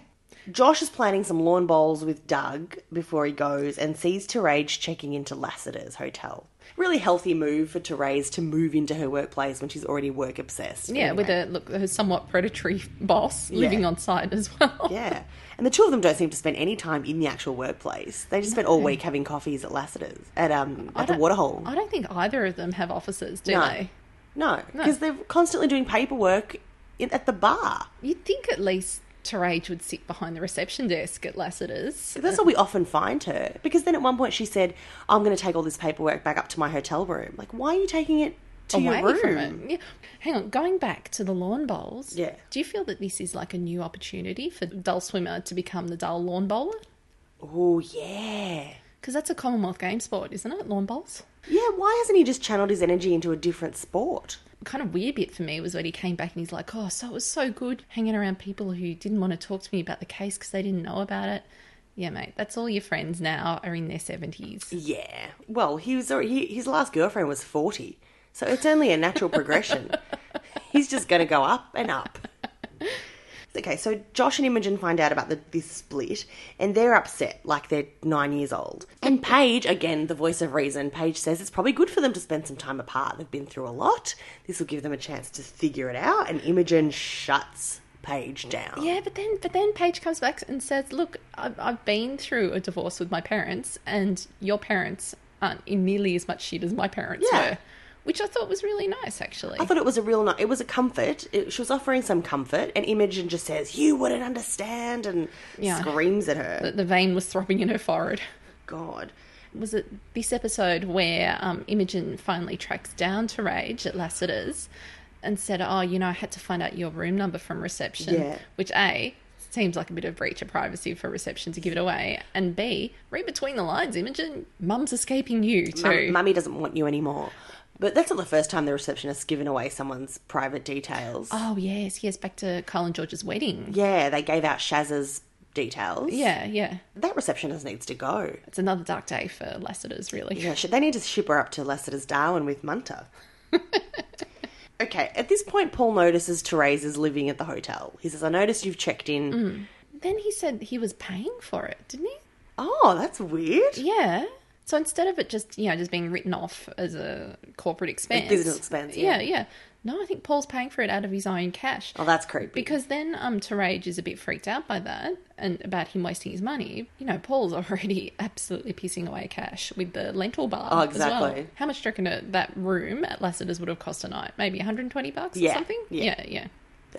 Speaker 1: Josh is planning some lawn bowls with Doug before he goes and sees Terage checking into Lassiter's hotel. Really healthy move for Therese to move into her workplace when she's already work obsessed.
Speaker 2: Yeah, with a look a somewhat predatory boss living on site as well.
Speaker 1: Yeah. And the two of them don't seem to spend any time in the actual workplace. They just spend all week having coffees at Lassiter's at um at the
Speaker 2: don't-
Speaker 1: waterhole.
Speaker 2: I don't think either of them have offices, do
Speaker 1: No.
Speaker 2: they?
Speaker 1: No. Because they're constantly doing paperwork in, at the bar.
Speaker 2: You'd think at least Terage would sit behind the reception desk at Lassiter's.
Speaker 1: That's where we often find her. Because then at one point she said, I'm going to take all this paperwork back up to my hotel room. Like, why are you taking it to your room?
Speaker 2: Yeah. Hang on, going back to the lawn bowls.
Speaker 1: Yeah.
Speaker 2: Do you feel that this is like a new opportunity for Dull Swimmer to become the Dull Lawn Bowler?
Speaker 1: Oh, yeah.
Speaker 2: Because that's a Commonwealth game sport, isn't it? Lawn bowls?
Speaker 1: Yeah, why hasn't he just channeled his energy into a different sport?
Speaker 2: kind of weird bit for me was when he came back and he's like, "Oh, so it was so good hanging around people who didn't want to talk to me about the case because they didn't know about it." Yeah, mate, that's all your friends now are in their seventies.
Speaker 1: Yeah. Well, he was already, he, his last girlfriend was 40. So it's only a natural progression. He's just going to go up and up. Okay, so Josh and Imogen find out about the, this split and they're upset like they're nine years old. And Paige, again, the voice of reason, Paige says it's probably good for them to spend some time apart. They've been through a lot. This will give them a chance to figure it out. And Imogen shuts Paige down.
Speaker 2: Yeah, but then but then Paige comes back and says, "Look, I've, I've been through a divorce with my parents, and your parents aren't in nearly as much shit as my parents
Speaker 1: Yeah.
Speaker 2: were," which I thought was really nice, actually.
Speaker 1: I thought it was a real, ni- it was a comfort. It, she was offering some comfort, and Imogen just says, "You wouldn't understand," and
Speaker 2: Yeah.
Speaker 1: screams at her.
Speaker 2: the, the vein was throbbing in her forehead.
Speaker 1: God,
Speaker 2: was it this episode where um, Imogen finally tracks down to Rage at Lassiter's and said, "Oh, you know, I had to find out your room number from reception."
Speaker 1: Yeah.
Speaker 2: Which a seems like a bit of breach of privacy for reception to give it away, and b read between the lines, Imogen, Mum's escaping you too.
Speaker 1: Mum, Mummy doesn't want you anymore. But that's not the first time the receptionist's given away someone's private details.
Speaker 2: oh yes, yes, back to Kyle and George's wedding.
Speaker 1: Yeah, they gave out Shaz's details.
Speaker 2: Yeah, yeah.
Speaker 1: that receptionist needs to go.
Speaker 2: It's another dark day for Lassiter's, really.
Speaker 1: Yeah, should, they need to ship her up to Lassiter's Darwin with Munter. okay, at this point, Paul notices Therese is living at the hotel. He says, "I noticed you've checked in."
Speaker 2: Mm. Then he said he was paying for it, didn't he?
Speaker 1: Oh, that's weird.
Speaker 2: Yeah. So instead of it just you know just being written off as a corporate expense,
Speaker 1: business expense, yeah.
Speaker 2: yeah, No, I think Paul's paying for it out of his own cash.
Speaker 1: Oh, that's creepy.
Speaker 2: because then um Terage is a bit freaked out by that and about him wasting his money. You know, Paul's already absolutely pissing away cash with the lentil bar.
Speaker 1: Oh,
Speaker 2: as well.
Speaker 1: exactly.
Speaker 2: How much do you reckon uh, that room at Lassiter's would have cost a night? Maybe 120 bucks
Speaker 1: Yeah,
Speaker 2: or something?
Speaker 1: yeah.
Speaker 2: yeah. yeah.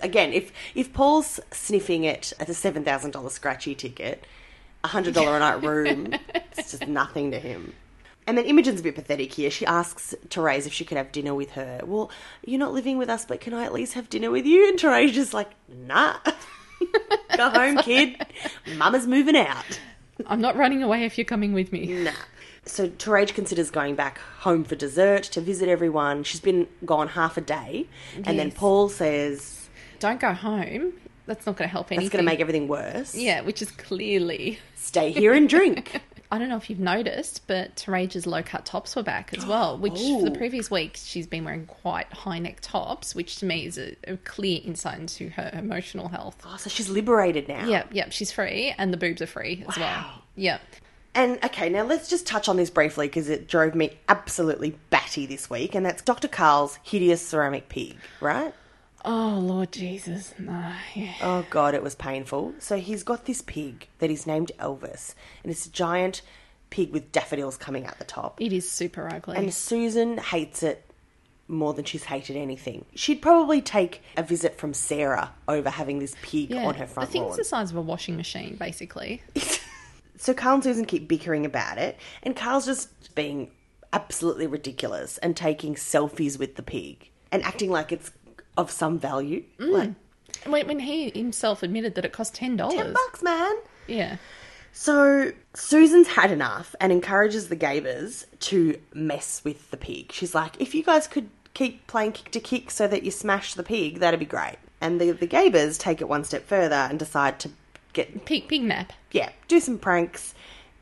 Speaker 1: Again, if if Paul's sniffing it at a seven thousand dollar scratchy ticket, a hundred dollar a night room, it's just nothing to him. And then Imogen's a bit pathetic here. She asks Therese if she could have dinner with her. Well, you're not living with us, but can I at least have dinner with you? And Therese just like, nah. Go home, kid. Mama's moving out.
Speaker 2: I'm not running away if you're coming with me.
Speaker 1: Nah. So Terage considers going back home for dessert to visit everyone. She's been gone half a day. And then
Speaker 2: Yes.
Speaker 1: Paul says
Speaker 2: Don't go home. That's not going to help anything.
Speaker 1: it's going to make everything worse.
Speaker 2: yeah, which is clearly
Speaker 1: Stay here and drink.
Speaker 2: I don't know if you've noticed, but Tarage's low cut tops were back as well, which for
Speaker 1: Oh.
Speaker 2: the previous week she's been wearing quite high neck tops, which to me is a, a clear insight into her emotional health.
Speaker 1: oh, so she's liberated now.
Speaker 2: Yep, yep, she's free and the boobs are free as
Speaker 1: Wow.
Speaker 2: well. Yep.
Speaker 1: And okay, now let's just touch on this briefly because it drove me absolutely batty this week. And that's Dr. Carl's hideous ceramic pig, right?
Speaker 2: Oh, Lord Jesus. No, yeah.
Speaker 1: Oh, God, it was painful. So he's got this pig that he's named Elvis. And it's a giant pig with daffodils coming out the top.
Speaker 2: It is super ugly.
Speaker 1: And Susan hates it more than she's hated anything. She'd probably take a visit from Sarah over having this pig
Speaker 2: Yeah.
Speaker 1: on her front
Speaker 2: the thing's
Speaker 1: lawn.
Speaker 2: the size of a washing machine, basically.
Speaker 1: So Carl and Susan keep bickering about it, and Carl's just being absolutely ridiculous and taking selfies with the pig and acting like it's of some value. Like,
Speaker 2: When, when he himself admitted that it cost ten
Speaker 1: ten
Speaker 2: dollars.
Speaker 1: bucks, man.
Speaker 2: Yeah.
Speaker 1: So Susan's had enough and encourages the Gabers to mess with the pig. She's like, if you guys could keep playing kick to kick so that you smash the pig, that'd be great. And the, the Gabers take it one step further and decide to get
Speaker 2: Pig pig nap.
Speaker 1: yeah, do some pranks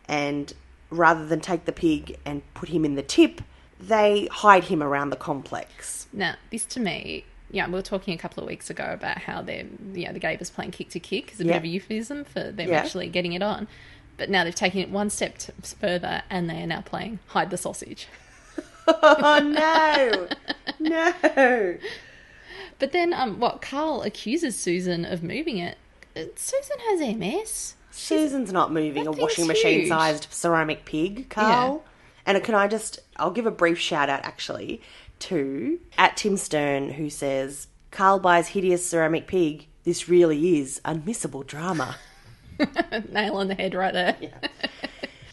Speaker 1: and rather than take the pig and put him in the tip, they hide him around the complex.
Speaker 2: Now, this to me, yeah, we were talking a couple of weeks ago about how they're, you know, the Gabers playing kick to kick is a
Speaker 1: Yeah.
Speaker 2: bit of a euphemism for them
Speaker 1: Yeah.
Speaker 2: actually getting it on. But now they've taken it one step t- further and they are now playing hide the sausage.
Speaker 1: Oh no. no.
Speaker 2: But then, um, what Carl accuses Susan of moving it, uh, Susan has MS.
Speaker 1: Susan's not moving a
Speaker 2: That thing's
Speaker 1: washing
Speaker 2: huge.
Speaker 1: machine sized ceramic pig, Carl. And can I just I'll give a brief shout out actually to at Tim Stern who says Carl buys hideous ceramic pig. This really is unmissable drama.
Speaker 2: Nail on the head right there.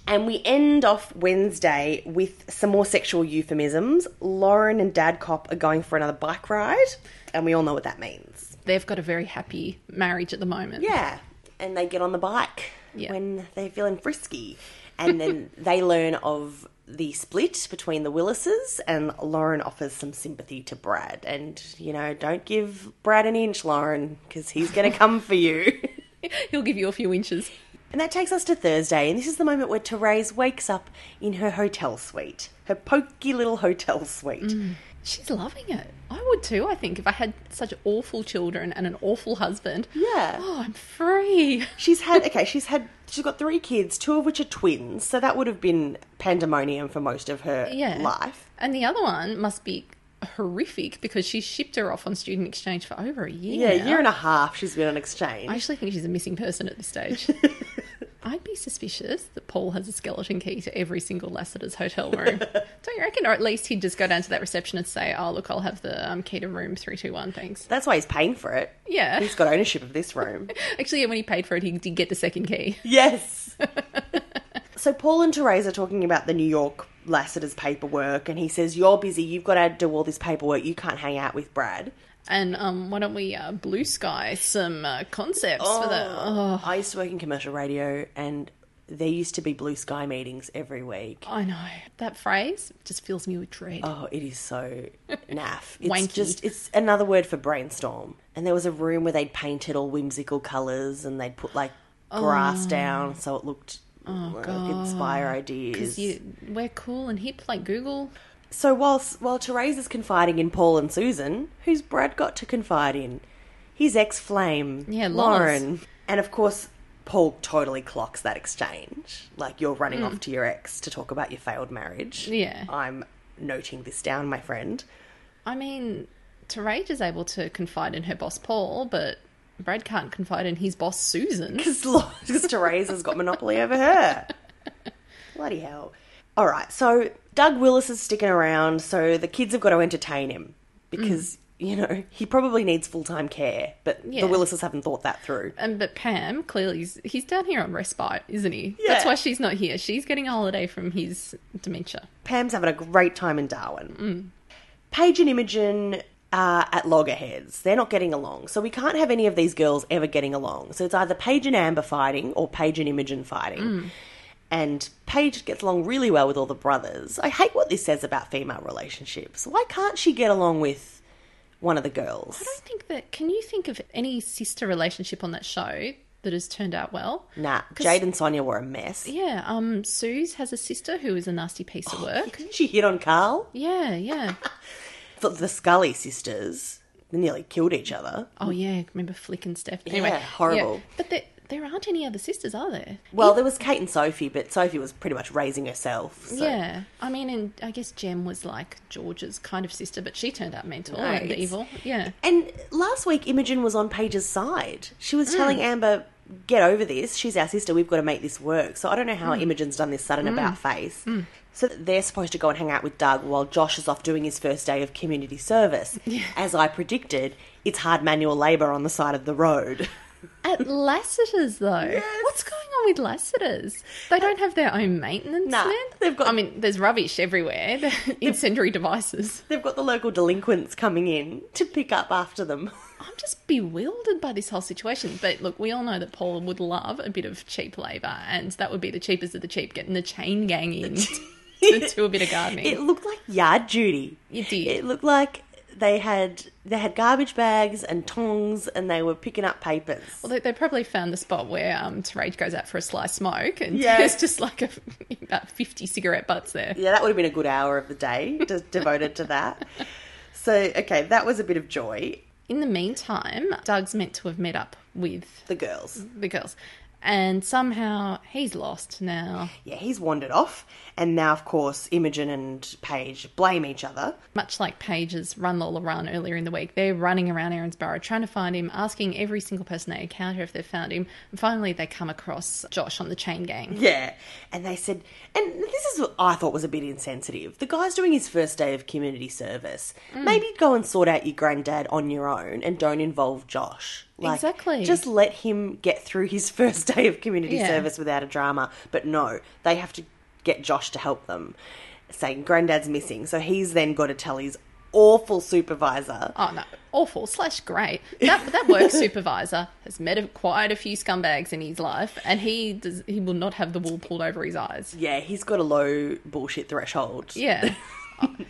Speaker 1: And we end off Wednesday with some more sexual euphemisms. Lauren and Dad Cop are going for another bike ride, and we all know what that means.
Speaker 2: They've got a very happy marriage at the moment.
Speaker 1: Yeah, and they get on the bike
Speaker 2: Yeah.
Speaker 1: when they're feeling frisky. And then they learn of the split between the Willises, and Lauren offers some sympathy to Brad. And, you know, don't give Brad an inch, Lauren, because he's going to come for you.
Speaker 2: He'll give you a few inches.
Speaker 1: And that takes us to Thursday, and this is the moment where Therese wakes up in her hotel suite, her pokey little hotel suite.
Speaker 2: Mm. She's loving it. I would too, I think, if I had such awful children and an awful husband.
Speaker 1: Yeah.
Speaker 2: Oh, I'm free.
Speaker 1: She's had okay, she's had she's got three kids, two of which are twins, so that would have been pandemonium for most of her
Speaker 2: Yeah.
Speaker 1: life.
Speaker 2: And the other one must be horrific because she shipped her off on student exchange for over a year.
Speaker 1: Yeah,
Speaker 2: now.
Speaker 1: a year and a half she's been on exchange.
Speaker 2: I actually think she's a missing person at this stage. I'd be suspicious that Paul has a skeleton key to every single Lassiter's hotel room. Don't you reckon? Or at least he'd just go down to that reception and say, oh, look, I'll have the um, key to room 321, thanks.
Speaker 1: That's why he's paying for it.
Speaker 2: Yeah.
Speaker 1: He's got ownership of this room.
Speaker 2: Actually, when he paid for it, he did get the second key.
Speaker 1: Yes. so Paul and Therese are talking about the New York Lassiter's paperwork, and he says, You're busy, you've got to do all this paperwork, you can't hang out with Brad.
Speaker 2: And um, why don't we uh, blue sky some uh, concepts for that? Oh,
Speaker 1: I used to work in commercial radio, and there used to be blue sky meetings every week.
Speaker 2: I know. That phrase just fills me with dread.
Speaker 1: Oh, it is so naff. It's
Speaker 2: Wanky.
Speaker 1: just it's another word for brainstorm. And there was a room where they'd painted all whimsical colours, and they'd put like grass
Speaker 2: Oh.
Speaker 1: down so it looked like, inspire ideas.
Speaker 2: You, we're cool and hip like Google.
Speaker 1: So whilst while Therese is confiding in Paul and Susan, who's Brad got to confide in? His ex flame,
Speaker 2: Yeah, Lars.
Speaker 1: Lauren, and of course Paul totally clocks that exchange. Like you're running off to your ex to talk about your failed marriage.
Speaker 2: Mm. Yeah.
Speaker 1: I'm noting this down, my friend.
Speaker 2: I mean, Terage is able to confide in her boss Paul, but Brad can't confide in his boss Susan.
Speaker 1: Because Therese has got monopoly over her. Bloody hell. All right, so Doug Willis is sticking around, so the kids have got to entertain him because, you know, he probably needs full time care, but
Speaker 2: Yeah.
Speaker 1: the Willises haven't thought that through.
Speaker 2: Um, but Pam, clearly, he's, he's down here on respite, isn't he?
Speaker 1: Yeah.
Speaker 2: That's why she's not here. She's getting a holiday from his dementia.
Speaker 1: Pam's having a great time in Darwin. Paige and Imogen are at loggerheads. They're not getting along. So we can't have any of these girls ever getting along. So it's either Paige and Amber fighting or Paige and Imogen fighting. And Paige gets along really well with all the brothers. I hate what this says about female relationships. Why can't she get along with one of the girls?
Speaker 2: I think that. Can you think of any sister relationship on that show that has turned out well?
Speaker 1: Nah, Jade and Sonia were a mess.
Speaker 2: Yeah, um, Suze has a sister who is a nasty piece of work.
Speaker 1: Didn't she hit on Carl?
Speaker 2: Yeah, yeah.
Speaker 1: The, the Scully sisters they nearly killed each other.
Speaker 2: Oh yeah, remember Flick and Steph?
Speaker 1: Yeah, horrible.
Speaker 2: But there, there aren't any other sisters, are there?
Speaker 1: Well, there was Kate and Sophie, but Sophie was pretty much raising herself. So.
Speaker 2: Yeah, I mean, and I guess Jem was like George's kind of sister, but she turned out mental
Speaker 1: No,
Speaker 2: and
Speaker 1: it's-
Speaker 2: evil. Yeah,
Speaker 1: And last week, Imogen was on Paige's side. She was telling Amber, get over this. She's our sister. We've got to make this work. So I don't know how Imogen's done this sudden about face. So they're supposed to go and hang out with Doug while Josh is off doing his first day of community service. As I predicted, it's hard manual labour on the side of the road.
Speaker 2: At Lassiter's though, what's going on with Lassiter's? They don't have their own maintenance
Speaker 1: Nah,
Speaker 2: man.
Speaker 1: they've got-
Speaker 2: I mean, there's rubbish everywhere. They're Incendiary devices.
Speaker 1: They've got the local delinquents coming in to pick up after them.
Speaker 2: I'm just bewildered by this whole situation. But look, we all know that Paul would love a bit of cheap labour, and that would be the cheapest of the cheap, getting the chain gang in to do a bit of gardening.
Speaker 1: It looked like yard duty.
Speaker 2: It did.
Speaker 1: It looked like they had they had garbage bags and tongs and they were picking up papers.
Speaker 2: Well, they, they probably found the spot where um, Taraj goes out for a sly smoke, and
Speaker 1: Yeah.
Speaker 2: there's just like a, about 50 cigarette butts there.
Speaker 1: Yeah, that would have been a good hour of the day de- devoted to that. So, okay, that was a bit of joy.
Speaker 2: In the meantime, Doug's meant to have met up with
Speaker 1: The girls.
Speaker 2: the girls, and somehow he's lost now.
Speaker 1: Yeah, he's wandered off. And now, of course, Imogen and Paige blame each other.
Speaker 2: Much like Paige's Run Lola Run earlier in the week, they're running around Aaron's Barrow trying to find him, asking every single person they encounter if they've found him. And finally, they come across Josh on the chain gang.
Speaker 1: Yeah. And they said, and this is what I thought was a bit insensitive. The guy's doing his first day of community service.
Speaker 2: Mm.
Speaker 1: Maybe go and sort out your granddad on your own and don't involve Josh.
Speaker 2: Exactly.
Speaker 1: Just let him get through his first day of community
Speaker 2: Yeah.
Speaker 1: service without a drama. But no, they have to get Josh to help them, saying, Granddad's missing. So he's then got to tell his awful supervisor.
Speaker 2: Oh no, awful slash great. That that work supervisor has met a, quite a few scumbags in his life, and he does he will not have the wool pulled over his eyes.
Speaker 1: Yeah, he's got a low bullshit threshold.
Speaker 2: Yeah.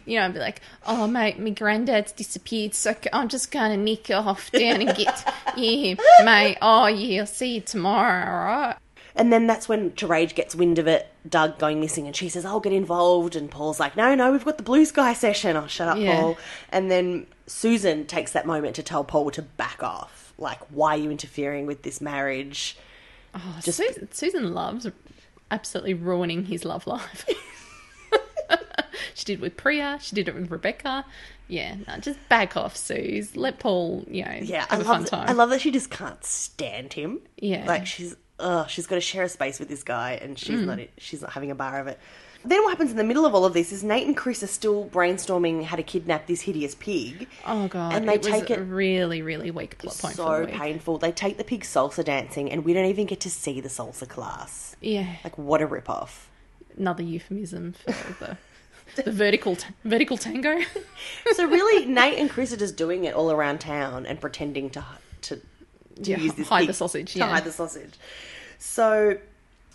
Speaker 2: You know, I'd be like, oh, mate, my granddad's disappeared, so c- I'm just going to nick off down and get, yeah, mate, oh, yeah, I'll see you tomorrow, all right?
Speaker 1: And then that's when Terage gets wind of it, Doug going missing, and she says, I'll get involved. And Paul's like, No, no, we've got the blue sky session. Oh, shut up,
Speaker 2: Yeah.
Speaker 1: Paul. And then Susan takes that moment to tell Paul to back off. Like, why are you interfering with this marriage?
Speaker 2: Oh, Susan, Susan loves absolutely ruining his love life. she did with Priya. She did it with Rebecca. Yeah, no, just back off, Suze. Let Paul, you know,
Speaker 1: Yeah, I
Speaker 2: have a fun
Speaker 1: love, that,
Speaker 2: time.
Speaker 1: I love that she just can't stand him.
Speaker 2: Yeah. Mm.
Speaker 1: Like, she's, ugh, she's got to share a space with this guy, and she's, not, she's not having a bar of it. Then what happens in the middle of all of this is Nate and Chris are still brainstorming how to kidnap this hideous pig.
Speaker 2: oh god,
Speaker 1: and they
Speaker 2: it was
Speaker 1: take it-
Speaker 2: a really, really weak plot point. for
Speaker 1: so
Speaker 2: the week.
Speaker 1: painful. They take the pig salsa dancing, and we don't even get to see the salsa class.
Speaker 2: Yeah,
Speaker 1: Like, what a ripoff!
Speaker 2: another euphemism for the the vertical t- vertical tango.
Speaker 1: So really, Nate and Chris are just doing it all around town and pretending to to, to
Speaker 2: Yeah,
Speaker 1: use this
Speaker 2: hide
Speaker 1: pig-
Speaker 2: the sausage,
Speaker 1: to
Speaker 2: yeah.
Speaker 1: hide the sausage. So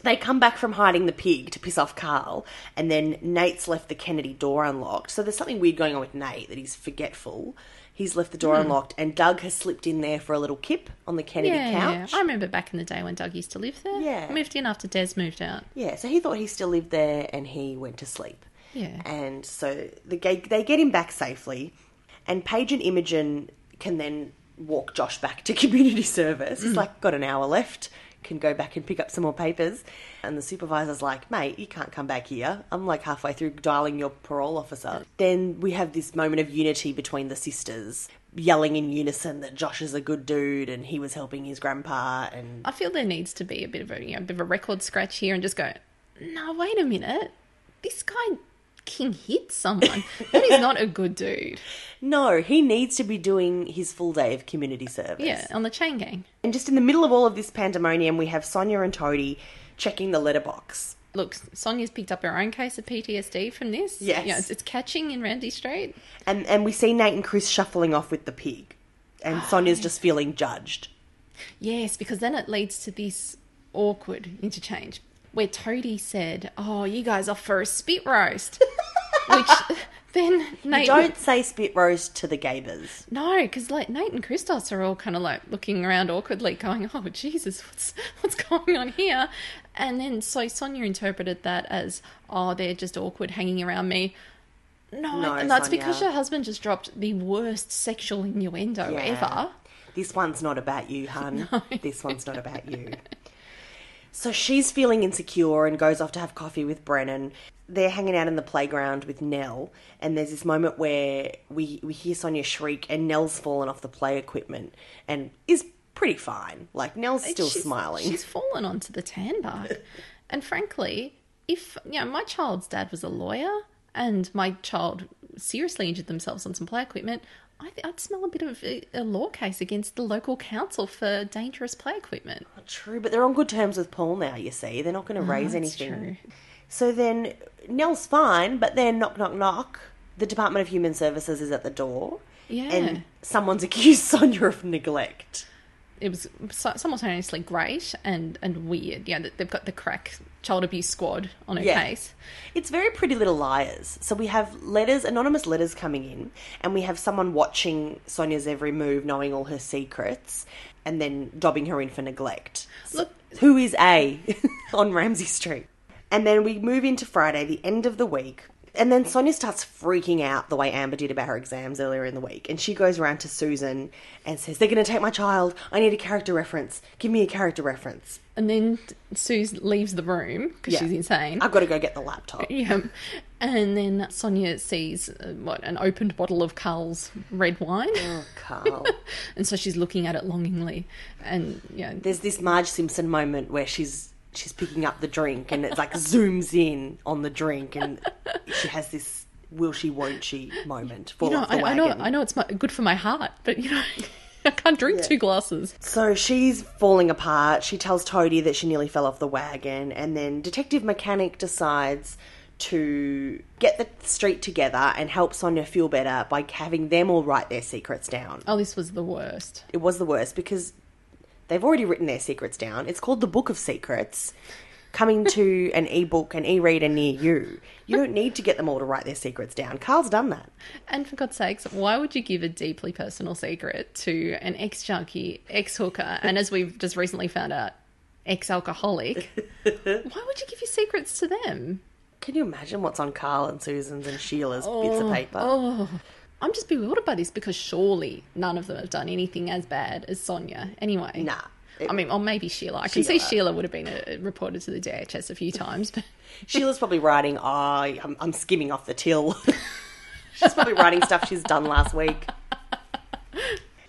Speaker 1: they come back from hiding the pig to piss off Carl, and then Nate's left the Kennedy door unlocked. So there's something weird going on with Nate that he's forgetful. He's left the
Speaker 2: Hmm.
Speaker 1: door unlocked, and Doug has slipped in there for a little kip on the Kennedy
Speaker 2: yeah,
Speaker 1: couch.
Speaker 2: I remember back in the day when Doug used to live there.
Speaker 1: Yeah.
Speaker 2: moved in after Des moved out.
Speaker 1: Yeah, so he thought he still lived there and he went to sleep.
Speaker 2: Yeah.
Speaker 1: And so the, ga- they get him back safely, and Paige and Imogen can then walk Josh back to community service. It's like, got an hour left, can go back and pick up some more papers. And the supervisor's like, mate, you can't come back here. I'm like halfway through dialing your parole officer. Then we have this moment of unity between the sisters. Yelling in unison that Josh is a good dude and he was helping his grandpa, and
Speaker 2: I feel there needs to be a bit of a you know, a bit of a record scratch here and just go, no, wait a minute. This guy King hit someone. that is not a good dude.
Speaker 1: no, he needs to be doing his full day of community service.
Speaker 2: Yeah, on the chain gang.
Speaker 1: And just in the middle of all of this pandemonium, we have Sonia and Toadie checking the letterbox.
Speaker 2: Look, Sonia's picked up her own case of PTSD from this.
Speaker 1: Yes.
Speaker 2: You know, it's, it's catching in Randy Street.
Speaker 1: And, and we see Nate and Chris shuffling off with the pig. And Sonia's just feeling judged.
Speaker 2: Yes, because then it leads to this awkward interchange where Toadie said, Oh, you guys off for a spit roast. Which then Nate.
Speaker 1: Don't say spit roast to the gaybers.
Speaker 2: No, because like Nate and Christos are all kind of like looking around awkwardly, going, "Oh Jesus, what's what's going on here?" And then so Sonia interpreted that as, "Oh, they're just awkward hanging around me." No,
Speaker 1: No,
Speaker 2: and that's because
Speaker 1: Sonia.
Speaker 2: your husband just dropped the worst sexual innuendo
Speaker 1: Yeah.
Speaker 2: ever.
Speaker 1: This one's not about you, hun. This one's not about you. So she's feeling insecure and goes off to have coffee with Brennan. They're hanging out in the playground with Nell, and there's this moment where we we hear Sonia shriek, and Nell's fallen off the play equipment and is pretty fine. Like Nell's still
Speaker 2: She's-
Speaker 1: smiling.
Speaker 2: She's fallen onto the tan bark, and frankly, if you know my child's dad was a lawyer and my child seriously injured themselves on some play equipment, I th- I'd smell a bit of a, a law case against the local council for dangerous play equipment.
Speaker 1: True, but they're on good terms with Paul now, you see. They're not going to raise
Speaker 2: Oh, that's
Speaker 1: anything.
Speaker 2: true.
Speaker 1: So then Nell's fine, but then knock, knock, knock. The Department of Human Services is at the door.
Speaker 2: Yeah.
Speaker 1: And someone's accused Sonia of neglect.
Speaker 2: It was so- simultaneously great and and weird. Yeah, that they've got the crack child abuse squad on her
Speaker 1: Yeah.
Speaker 2: case.
Speaker 1: It's very pretty little liars. So we have letters, anonymous letters coming in, and we have someone watching Sonia's every move, knowing all her secrets, and then dobbing her in for neglect. So
Speaker 2: Look-
Speaker 1: who is A on Ramsey Street? And then we move into Friday, the end of the week. And then Sonia starts freaking out the way Amber did about her exams earlier in the week. And she goes around to Susan and says, They're going to take my child. I need a character reference. Give me a character reference.
Speaker 2: And then Suze leaves the room because
Speaker 1: Yeah.
Speaker 2: she's insane.
Speaker 1: I've got to go get the laptop.
Speaker 2: Yeah. And then Sonia sees uh, what an opened bottle of Carl's red wine.
Speaker 1: Oh, Carl.
Speaker 2: And so she's looking at it longingly. And yeah,
Speaker 1: there's this Marge Simpson moment where she's she's picking up the drink and it's like zooms in on the drink and she has this will she won't she moment fall
Speaker 2: you know,
Speaker 1: off the
Speaker 2: I, I
Speaker 1: wagon.
Speaker 2: know I know it's my, good for my heart, but you know, I can't drink two glasses.
Speaker 1: So she's falling apart. She tells Toadie that she nearly fell off the wagon and then Detective Mechanic decides to get the street together and help Sonia feel better by having them all write their secrets down.
Speaker 2: Oh, this was the worst.
Speaker 1: it was the worst because they've already written their secrets down. It's called the Book of Secrets. Coming to an e-book, an e-reader near you. You don't need to get them all to write their secrets down. Carl's done that.
Speaker 2: And for God's sakes, why would you give a deeply personal secret to an ex junkie, ex hooker, and as we've just recently found out, ex alcoholic? why would you give your secrets to them?
Speaker 1: Can you imagine what's on Carl and Susan's and Sheila's bits of paper?
Speaker 2: Oh, I'm just bewildered by this because surely none of them have done anything as bad as Sonia. Anyway,
Speaker 1: Nah. It-
Speaker 2: I mean, or maybe Sheila. I can see
Speaker 1: Sheila.
Speaker 2: Sheila would have been uh reported to the DHS a few times, but
Speaker 1: Sheila's probably writing, oh, I'm, I'm skimming off the till. she's probably writing stuff she's done last week.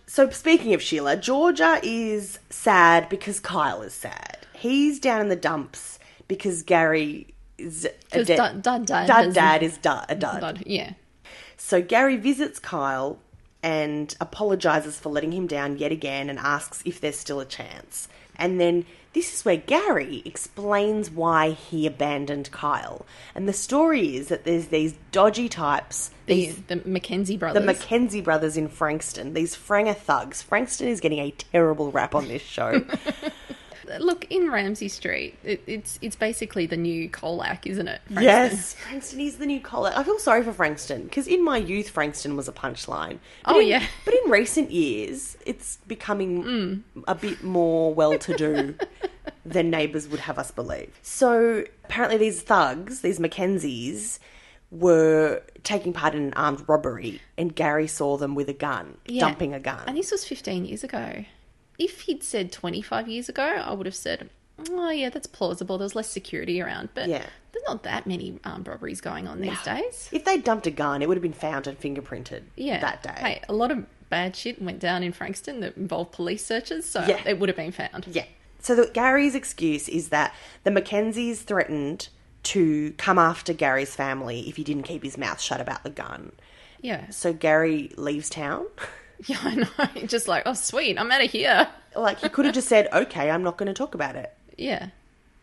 Speaker 1: So, speaking of Sheila, Georgia is sad because Kyle is sad. He's down in the dumps because Gary is a
Speaker 2: because
Speaker 1: dead-
Speaker 2: Dad, Dad, Dad,
Speaker 1: Dud
Speaker 2: has-
Speaker 1: dad is dud, a dud.
Speaker 2: Dud, yeah.
Speaker 1: So Gary visits Kyle and apologizes for letting him down yet again and asks if there's still a chance. And then this is where Gary explains why he abandoned Kyle. And the story is that there's these dodgy types,
Speaker 2: The,
Speaker 1: these
Speaker 2: the Mackenzie
Speaker 1: the
Speaker 2: brothers.
Speaker 1: Mackenzie brothers in Frankston, these Franger thugs. Frankston is getting a terrible rap on this show.
Speaker 2: Look, in Ramsey Street, it, it's it's basically the new Colac, isn't it? Frankston?
Speaker 1: Yes, Frankston is the new collar. I feel sorry for Frankston because in my youth, Frankston was a punchline. But
Speaker 2: Oh,
Speaker 1: in-
Speaker 2: yeah.
Speaker 1: but in recent years, it's becoming
Speaker 2: Mm.
Speaker 1: a bit more well-to-do than neighbours would have us believe. So apparently, these thugs, these Mackenzies, were taking part in an armed robbery, and Gary saw them with a gun,
Speaker 2: Yeah.
Speaker 1: dumping a gun.
Speaker 2: And this was 15 years ago. If he'd said 25 years ago, I would have said, oh, yeah, that's plausible. There's less security around. But
Speaker 1: Yeah.
Speaker 2: there's not that many armed robberies going on these days.
Speaker 1: if they dumped a gun, it would have been found and fingerprinted
Speaker 2: Yeah.
Speaker 1: that day.
Speaker 2: Hey, a lot of bad shit went down in Frankston that involved police searches. So
Speaker 1: Yeah.
Speaker 2: it would have been found.
Speaker 1: Yeah. So the, Gary's excuse is that the Mackenzies threatened to come after Gary's family if he didn't keep his mouth shut about the gun.
Speaker 2: Yeah.
Speaker 1: So Gary leaves town.
Speaker 2: Yeah, I know. Just like, oh, sweet, I'm out of here.
Speaker 1: like he could have just said, "Okay, I'm not going to talk about it."
Speaker 2: Yeah.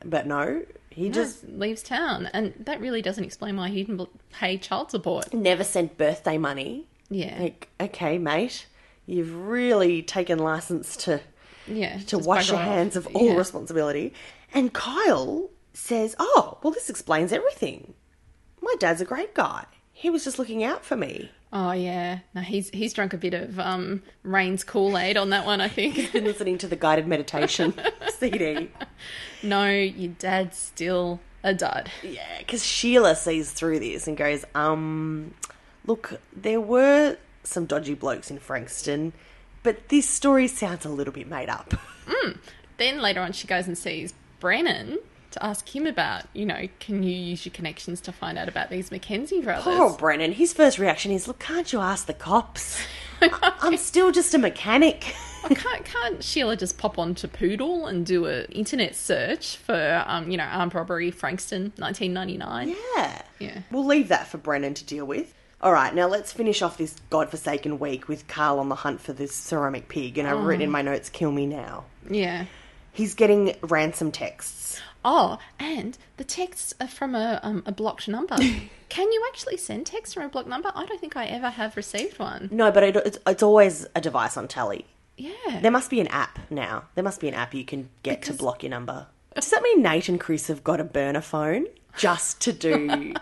Speaker 1: But no, he just
Speaker 2: Just leaves town. And that really doesn't explain why he didn't pay child support.
Speaker 1: never sent birthday money.
Speaker 2: Yeah.
Speaker 1: Like, okay, mate, you've really taken license to
Speaker 2: yeah.
Speaker 1: to wash your hands of all responsibility. And Kyle says, "Oh, well, this explains everything. My dad's a great guy. He was just looking out for me."
Speaker 2: Oh yeah, no, he's he's drunk a bit of um, Rain's Kool Aid on that one, I think.
Speaker 1: been listening to the guided meditation CD.
Speaker 2: no, your dad's still a dud.
Speaker 1: Yeah, because Sheila sees through this and goes, um, look, there were some dodgy blokes in Frankston, but this story sounds a little bit made up.
Speaker 2: Then later on, she goes and sees Brennan to ask him about, you know, can you use your connections to find out about these Mackenzie brothers?
Speaker 1: Poor Brennan, his first reaction is, look, can't you ask the cops? I- I'm still just a mechanic.
Speaker 2: can't, can't Sheila just pop on to Poodle and do an internet search for, um, you know, armed robbery, Frankston, 1999?
Speaker 1: Yeah.
Speaker 2: Yeah.
Speaker 1: We'll leave that for Brennan to deal with. All right, now let's finish off this godforsaken week with Carl on the hunt for this ceramic pig, and I've written in my notes, kill me now.
Speaker 2: Yeah.
Speaker 1: He's getting ransom texts.
Speaker 2: Oh, and the texts are from a, um, a blocked number. Can you actually send texts from a blocked number? I don't think I ever have received one.
Speaker 1: No, but it, it's, it's always a device on telly.
Speaker 2: Yeah.
Speaker 1: There must be an app now. There must be an app you can get
Speaker 2: Because-
Speaker 1: to block your number. Does that mean Nate and Chris have got a burner phone just to do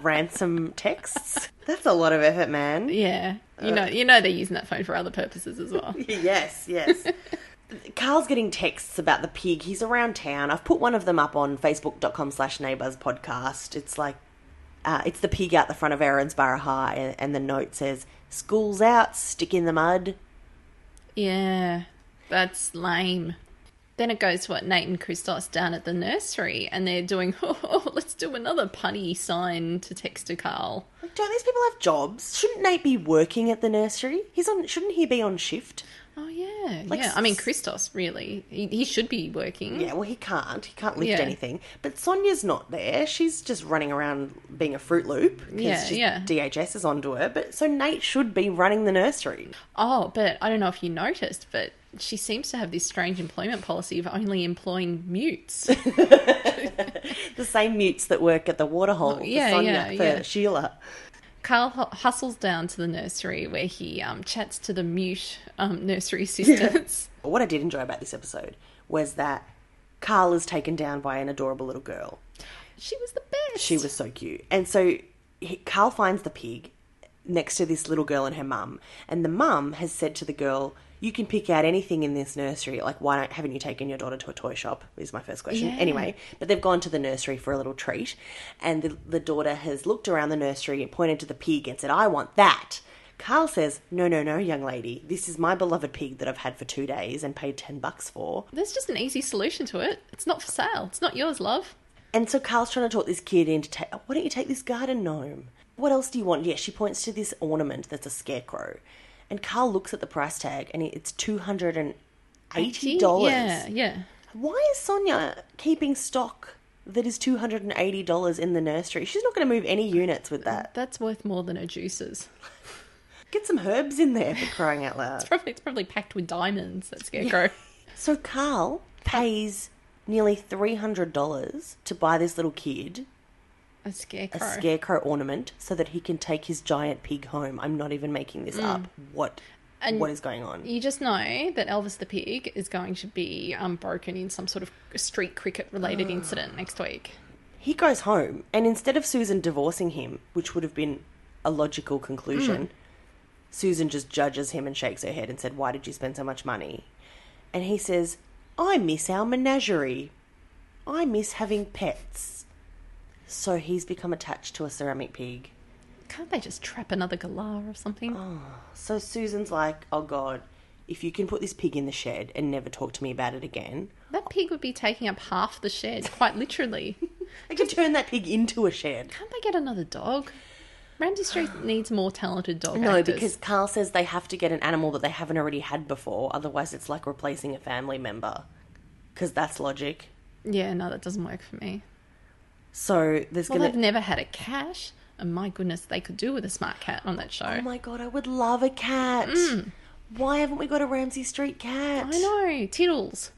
Speaker 1: ransom texts? That's a lot of effort, man.
Speaker 2: Yeah. You know, you know they're using that phone for other purposes as well.
Speaker 1: Yes, yes. Carl's getting texts about the pig. He's around town. I've put one of them up on facebook.com slash neighbours podcast. It's like, uh, it's the pig out the front of Erinsborough High, and, and the note says, School's out, stick in the mud.
Speaker 2: Yeah, that's lame. Then it goes to what Nate and Christos down at the nursery, and they're doing, oh, let's do another punny sign to text to Carl.
Speaker 1: Like, Don't these people have jobs? Shouldn't Nate be working at the nursery? He's on. Shouldn't he be on shift?
Speaker 2: Oh yeah,
Speaker 1: Like
Speaker 2: yeah. I mean
Speaker 1: s-
Speaker 2: Christos, really, he, he should be working.
Speaker 1: Yeah, well, he can't. He can't lift
Speaker 2: Yeah.
Speaker 1: anything. But Sonia's not there. She's just running around being a Fruit Loop because
Speaker 2: Yeah, yeah.
Speaker 1: DHS is onto her. But so Nate should be running the nursery.
Speaker 2: Oh, but I don't know if you noticed, but she seems to have this strange employment policy of only employing mutes.
Speaker 1: The same mutes that work at the waterhole.
Speaker 2: Oh, yeah,
Speaker 1: for Sonia,
Speaker 2: yeah,
Speaker 1: for
Speaker 2: yeah.
Speaker 1: Sheila.
Speaker 2: Carl hu- hustles down to the nursery where he um, chats to the mute um, nursery assistants.
Speaker 1: But what I did enjoy about this episode was that Carl is taken down by an adorable little girl.
Speaker 2: She was the best.
Speaker 1: She was so cute. And so he, Carl finds the pig next to this little girl and her mum. And the mum has said to the girl, You can pick out anything in this nursery. Like, why don't, haven't you taken your daughter to a toy shop? Is my first question.
Speaker 2: Yeah.
Speaker 1: Anyway, but they've gone to the nursery for a little treat. And the, the daughter has looked around the nursery and pointed to the pig and said, I want that. Carl says, No, no, no, young lady. This is my beloved pig that I've had for two days and paid 10 bucks for.
Speaker 2: There's just an easy solution to it. It's not for sale. It's not yours, love.
Speaker 1: And so Carl's trying to talk this kid into take. Why don't you take this garden gnome? What else do you want? Yeah, she points to this ornament that's a scarecrow, and Carl looks at the price tag, and it's two hundred and eighty dollars.
Speaker 2: Yeah, yeah.
Speaker 1: Why is Sonia keeping stock that is two hundred and eighty dollars in the nursery? She's not going to move any units with that.
Speaker 2: That's worth more than her juices.
Speaker 1: Get some herbs in there for crying out loud.
Speaker 2: Probably, it's probably packed with diamonds, that scarecrow.
Speaker 1: So Carl pays nearly three hundred dollars to buy this little kid
Speaker 2: A
Speaker 1: a
Speaker 2: scarecrow.
Speaker 1: scarecrow ornament so that he can take his giant pig home. I'm not even making this up. What
Speaker 2: And-
Speaker 1: what is going on?
Speaker 2: you just know that Elvis the pig is going to be um, broken in some sort of street cricket
Speaker 1: Ah.
Speaker 2: related incident next week.
Speaker 1: He goes home and instead of Susan divorcing him, which would have been a logical conclusion, Susan just judges him and shakes her head and said, "Why did you spend so much money?" And he says, "I miss our menagerie. I miss having pets." So he's become attached to a ceramic pig.
Speaker 2: Can't they just trap another galah or something?
Speaker 1: Ah. So Susan's like, "Oh god, if you can put this pig in the shed and never talk to me about it again,
Speaker 2: That pig would be taking up half the shed, quite literally.
Speaker 1: I could turn that pig into a shed.
Speaker 2: Can't they get another dog? Ramsey Street needs more talented dog
Speaker 1: No,
Speaker 2: actors.
Speaker 1: because Carl says they have to get an animal that they haven't already had before. Otherwise, it's like replacing a family member. Because that's logic.
Speaker 2: Yeah, no, that doesn't work for me.
Speaker 1: So there's
Speaker 2: Well,
Speaker 1: gonna.
Speaker 2: they've never had a cat, and my goodness, they could do with a smart cat on that show.
Speaker 1: Oh my god, I would love a cat. Why haven't we got a Ramsey Street cat?
Speaker 2: I know, tiddles.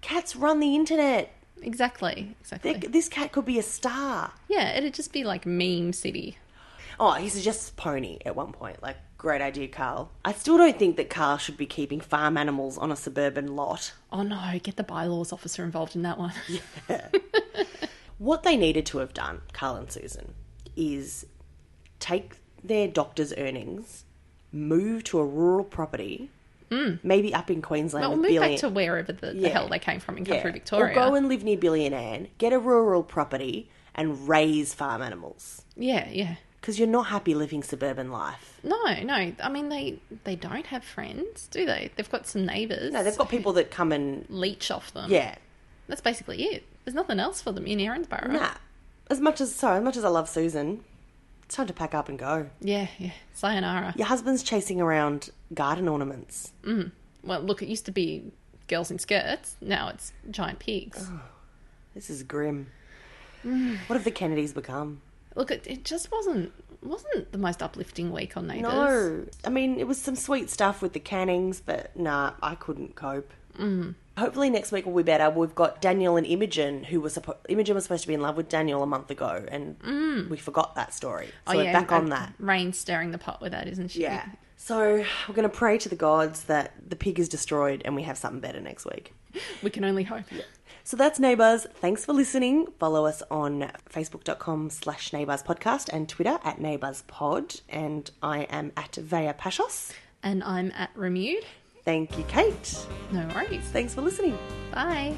Speaker 1: Cats run the internet.
Speaker 2: Exactly,
Speaker 1: They-
Speaker 2: exactly.
Speaker 1: This cat could be a star.
Speaker 2: Yeah, it'd just be like meme city.
Speaker 1: Oh, he suggests pony at one point. Like, great idea, Carl. I still don't think that Carl should be keeping farm animals on a suburban lot.
Speaker 2: Oh no, get the bylaws officer involved in that one.
Speaker 1: What they needed to have done, Carl and Susan, is take their doctor's earnings, move to a rural property, maybe up in Queensland
Speaker 2: But Mm. we'll
Speaker 1: with
Speaker 2: move
Speaker 1: Billy.
Speaker 2: back to wherever the, the
Speaker 1: Yeah.
Speaker 2: hell they came from in
Speaker 1: Yeah.
Speaker 2: country Victoria.
Speaker 1: Or go and live near Billy and Anne, get a rural property, and raise farm animals.
Speaker 2: Yeah, yeah.
Speaker 1: Because you're not happy living suburban life.
Speaker 2: No, no. I mean, they they don't have friends, do they? They've got some neighbours.
Speaker 1: No, they've got people that come and
Speaker 2: leech off them.
Speaker 1: yeah,
Speaker 2: that's basically it. There's nothing else for them in Erinsborough.
Speaker 1: nah. As much as so, as much as I love Susan, it's time to pack up and go.
Speaker 2: Yeah, yeah. Sayonara.
Speaker 1: Your husband's chasing around garden ornaments. Mm.
Speaker 2: Well, look, it used to be girls in skirts. Now it's giant pigs.
Speaker 1: This is grim. What have the Kennedys become?
Speaker 2: Look, it, it just wasn't wasn't the most uplifting week on Neighbours.
Speaker 1: No. I mean, it was some sweet stuff with the cannings, but nah, I couldn't cope. Mm. Hopefully next week will be better. We've got Daniel and Imogen, who was suppo- Imogen was supposed to be in love with Daniel a month ago, and we forgot that story. So we're back on
Speaker 2: Oh, and
Speaker 1: that.
Speaker 2: Rain's stirring the pot with that, isn't she?
Speaker 1: Oh, Yeah. So we're going to pray to the gods that the pig is destroyed and we have something better next week.
Speaker 2: We can only hope.
Speaker 1: So that's Neighbours. Thanks for listening. Follow us on facebook.com slash neighbours podcast and Twitter at neighbours pod. And I am at Vea Pashos.
Speaker 2: And I'm at Remude.
Speaker 1: Thank you, Kate.
Speaker 2: No worries.
Speaker 1: Thanks for listening.
Speaker 2: Bye.